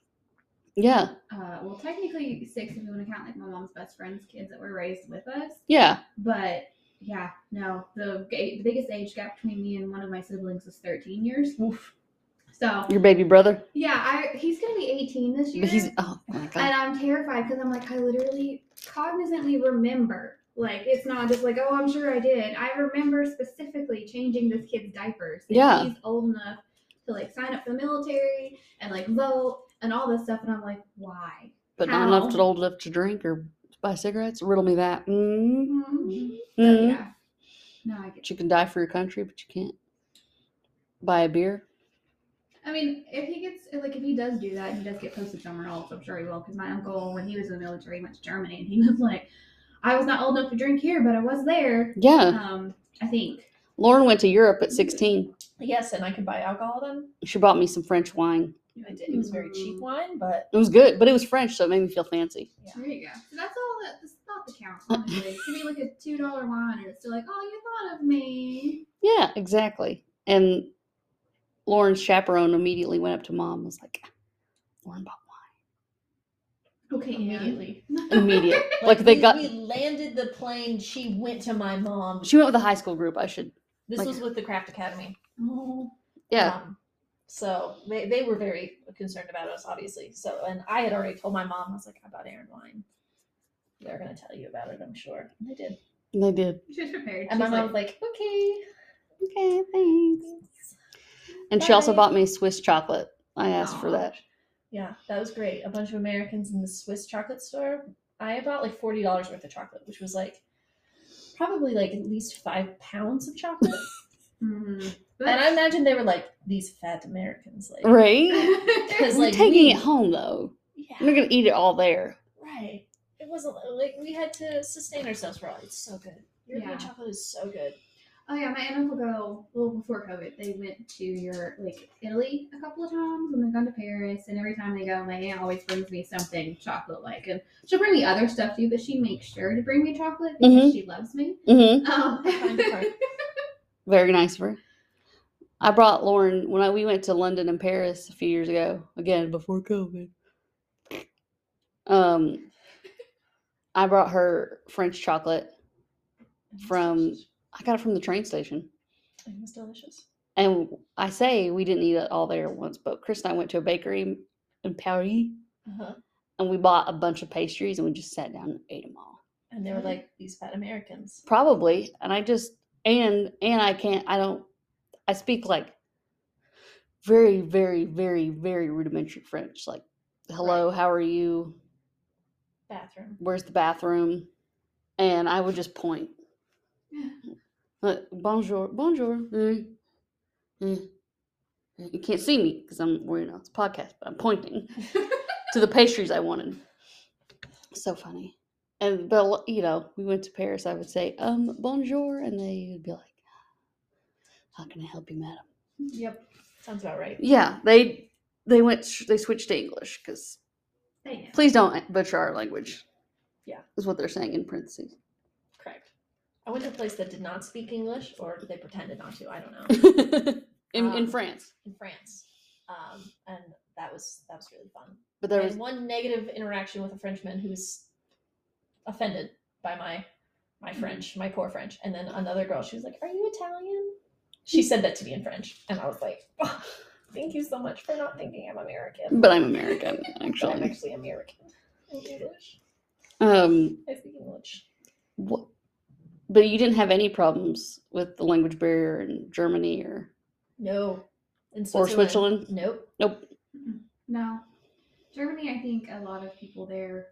Speaker 2: yeah,
Speaker 4: Uh, well, technically six if you want to count like my mom's best friend's kids that were raised with us.
Speaker 2: yeah,
Speaker 4: But yeah, no, the ga- the biggest age gap between me and one of my siblings was 13 years. So
Speaker 2: your baby brother.
Speaker 4: yeah, I he's gonna be 18 this year.
Speaker 2: But he's oh my god.
Speaker 4: And I'm terrified because I'm like, I literally cognizantly remember. Like, it's not just like, oh, I'm sure I did. I remember specifically changing this kid's diapers. And
Speaker 2: Yeah.
Speaker 4: He's old enough to like sign up for the military and like vote and all this stuff. And I'm like, why?
Speaker 2: But not enough
Speaker 4: how?
Speaker 2: to old enough to drink or buy cigarettes. Riddle me that. mm
Speaker 4: Mhm. So,
Speaker 2: mm.
Speaker 4: yeah. No, I get
Speaker 2: But you can die for your country, but you can't buy a beer.
Speaker 4: I mean, if he gets, like, if he does do that, he does get posted somewhere else. I'm sure he will. Because my uncle, when he was in the military, he went to Germany and he was like, I was not old enough to drink here, but I was there.
Speaker 2: Yeah,
Speaker 4: Um, I think.
Speaker 2: Lauren went to Europe at sixteen.
Speaker 3: Yes, and I could buy alcohol then.
Speaker 2: She bought me some French wine.
Speaker 3: I did. It was very
Speaker 4: Mm-hmm.
Speaker 3: cheap wine, but
Speaker 2: It was good, but it was French, so it made me feel fancy.
Speaker 4: There you go. So that's all that, that's not the count, honestly. it could be like a two dollar wine and it's still like, oh, you thought of me.
Speaker 2: Yeah, exactly. And Lauren's chaperone immediately went up to mom and was like, Lauren bought
Speaker 4: Okay,
Speaker 3: immediately,
Speaker 2: wine. Immediate. like they
Speaker 3: we,
Speaker 2: got
Speaker 3: we landed the plane. She went to my mom.
Speaker 2: she went with a high school group, I should
Speaker 3: this
Speaker 2: like-
Speaker 3: was with the craft academy.
Speaker 4: Oh,
Speaker 2: Yeah.
Speaker 3: Um, so they, they were very concerned about us, obviously. So and I had already told my mom I was like, I bought Aaron wine. They're gonna tell you about it, I'm sure. And they did.
Speaker 2: They did.
Speaker 4: she was prepared.
Speaker 3: And my
Speaker 4: She's
Speaker 3: mom
Speaker 4: like,
Speaker 3: was like, okay.
Speaker 2: Okay, thanks. And she also
Speaker 3: Bye.
Speaker 2: bought me Swiss chocolate. I asked for
Speaker 4: Aw.
Speaker 2: that.
Speaker 3: Yeah, that was great. A bunch of Americans in the Swiss chocolate store. I bought like forty dollars worth of chocolate, which was like probably like at least five pounds of chocolate.
Speaker 4: Mhm. But
Speaker 3: and I imagine they were like these fat Americans, like
Speaker 2: Right?
Speaker 3: because
Speaker 2: We're
Speaker 3: like
Speaker 2: taking
Speaker 3: we-
Speaker 2: it home though. I'm
Speaker 3: yeah,
Speaker 2: not gonna eat it all there.
Speaker 3: right. It wasn't like we had to sustain ourselves for all. It's so good. European
Speaker 4: Yeah.
Speaker 3: chocolate is so good.
Speaker 4: oh yeah, my aunt and uncle go well before COVID. They went to your like Italy a couple of times when they've gone to Paris, and every time they go, my aunt always brings me something chocolate like, and she'll bring me other stuff too, but she makes sure to bring me chocolate because she loves me.
Speaker 2: Mm-hmm.
Speaker 4: Um,
Speaker 3: Find a card.
Speaker 2: Very nice of her. I brought Lauren when I, we went to London and Paris a few years ago, again before COVID. Um, I brought her French chocolate. From- I got it from the train station,
Speaker 3: it was delicious.
Speaker 2: and I say we didn't eat it all there at once. But Chris and I went to a bakery in Paris,
Speaker 3: Uh-huh.
Speaker 2: and we bought a bunch of pastries, and we just sat down and ate them all.
Speaker 3: And they were like these fat Americans.
Speaker 2: probably and i just and and i can't i don't i speak like very very very very rudimentary french like hello how are you
Speaker 3: Bathroom.
Speaker 2: where's the bathroom and i would just point like, bonjour bonjour mm, mm. you can't see me because i'm wearing on this podcast but i'm pointing to the pastries i wanted so funny and but l- you know we went to paris i would say um bonjour and they would be like how can i help you madam
Speaker 3: Yep. Sounds about right.
Speaker 2: yeah they they went sh- they switched to english because
Speaker 4: they know.
Speaker 2: please don't butcher our language
Speaker 3: Yeah.
Speaker 2: is what they're saying in parentheses
Speaker 3: Correct. I went to a place that did not speak English, or they pretended not to. I don't know.
Speaker 2: in, in
Speaker 3: Um,
Speaker 2: France.
Speaker 3: In France, um, and that was that was really fun.
Speaker 2: But
Speaker 3: There
Speaker 2: there
Speaker 3: I
Speaker 2: was
Speaker 3: had one negative interaction with a Frenchman who was offended by my my
Speaker 2: Mm-hmm.
Speaker 3: French, my poor French. And then another girl, she was like, "Are you Italian?" She said that to me in French, and I was like, "Thank you so much for not thinking I'm American."
Speaker 2: but I'm American
Speaker 3: But I'm
Speaker 2: actually.
Speaker 3: actually American in English.
Speaker 2: Um
Speaker 3: I speak English.
Speaker 2: wh- but you didn't have any problems with the language barrier in Germany or
Speaker 3: No. In
Speaker 2: or
Speaker 3: Switzerland.
Speaker 2: Switzerland.
Speaker 3: Nope.
Speaker 4: No. Germany, I think a lot of people there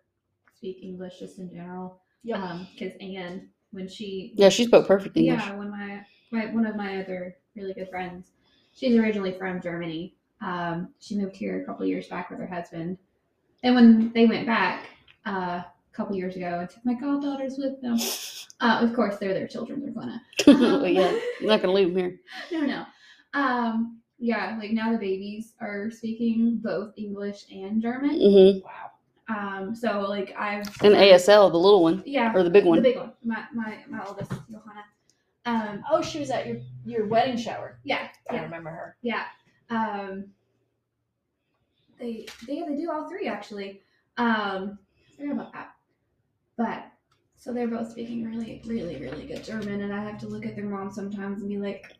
Speaker 4: speak English just in general.
Speaker 3: Yep.
Speaker 4: Because Anne, when she,
Speaker 2: Yeah, she spoke perfect English.
Speaker 4: yeah, when my, my one of my other really good friends, She's originally from Germany. Um, she moved here a couple years back with her husband. And when they went back uh, a couple years ago, I took my goddaughters with them. Uh, of course, they're their children. They're going to
Speaker 2: Well, yeah, I'm not gonna leave him here.
Speaker 4: no, no. Um, yeah, like now the babies are speaking both English and German.
Speaker 2: hmm
Speaker 3: Wow.
Speaker 4: Um, so like I've
Speaker 2: And ASL, the little one
Speaker 4: yeah,
Speaker 2: or the big
Speaker 4: the
Speaker 2: one.
Speaker 4: big one, my my my oldest Johanna. Um,
Speaker 3: Oh, she was at your your wedding shower.
Speaker 4: yeah,
Speaker 3: I
Speaker 4: yeah,
Speaker 3: remember her.
Speaker 4: yeah. Um, they they yeah, they do all three actually. Um, I forgot about that, but. So they're both speaking really, really, really good German, and I have to look at their mom sometimes and be like,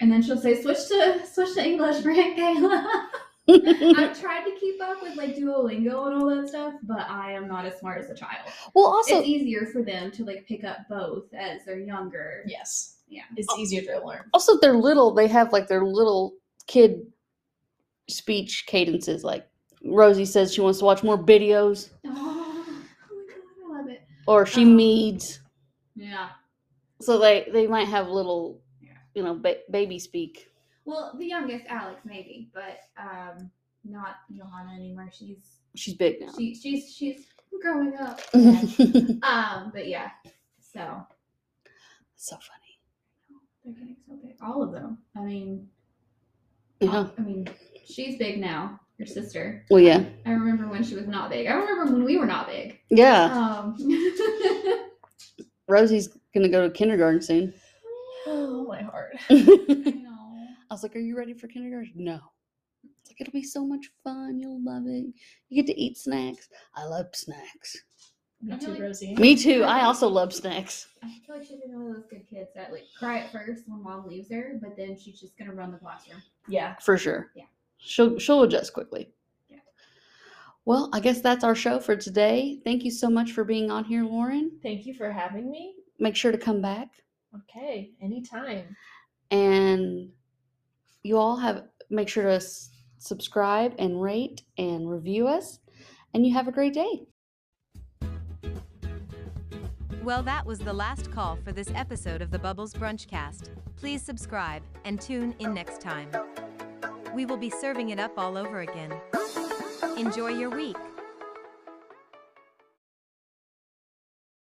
Speaker 4: and then she'll say, "Switch to switch to English, right, Kayla?" I've tried to keep up with like Duolingo and all that stuff, but I am not as smart as a child.
Speaker 2: well, also,
Speaker 4: it's easier for them to like pick up both as they're younger.
Speaker 3: Yes.
Speaker 4: Yeah.
Speaker 3: It's
Speaker 2: Oh.
Speaker 3: easier to learn.
Speaker 2: also if they're little. They have like their little kid speech cadences. Like Rosie says, she wants to watch more videos,
Speaker 4: Oh, oh my god, I love it.
Speaker 2: or she
Speaker 4: Um,
Speaker 2: needs.
Speaker 4: Yeah.
Speaker 2: So they they might have little,
Speaker 4: Yeah.
Speaker 2: you know, ba- baby speak.
Speaker 4: Well, the youngest, Alex, maybe, but um, not Johanna anymore. She's
Speaker 2: She's big now.
Speaker 4: she, she's she's growing up. um, but yeah, so
Speaker 2: so funny.
Speaker 4: they're getting so big. All of them. I mean,
Speaker 2: Yeah.
Speaker 4: I mean, she's big now. Your sister.
Speaker 2: Well, yeah,
Speaker 4: I remember when she was not big. I remember when we were not big.
Speaker 2: yeah.
Speaker 4: Um,
Speaker 2: Rosie's gonna go to kindergarten soon.
Speaker 3: Oh, my heart.
Speaker 2: I
Speaker 4: I know.
Speaker 2: was like, "Are you ready for kindergarten?" No. It's like it'll be so much fun. You'll love it. You get to eat snacks. I love snacks.
Speaker 3: Me
Speaker 4: I
Speaker 3: too,
Speaker 4: really-
Speaker 3: Rosie.
Speaker 2: Me too. I also love snacks.
Speaker 4: I feel like she's been one of those good kids that like cry at first when mom leaves her, but then she's just gonna run the classroom.
Speaker 3: Yeah.
Speaker 2: for sure.
Speaker 4: Yeah.
Speaker 2: She'll she'll adjust quickly.
Speaker 4: Yeah.
Speaker 2: Well, I guess that's our show for today. Thank you so much for being on here, Lauren.
Speaker 3: Thank you for having me.
Speaker 2: Make sure to come back
Speaker 3: Okay. Anytime.
Speaker 2: and you all have make sure to s- subscribe and rate and review us and you have a great day.
Speaker 1: Well, that was the last call for this episode of the Bubbles Brunchcast. Please subscribe and tune in next time. We will be serving it up all over again. Enjoy your week.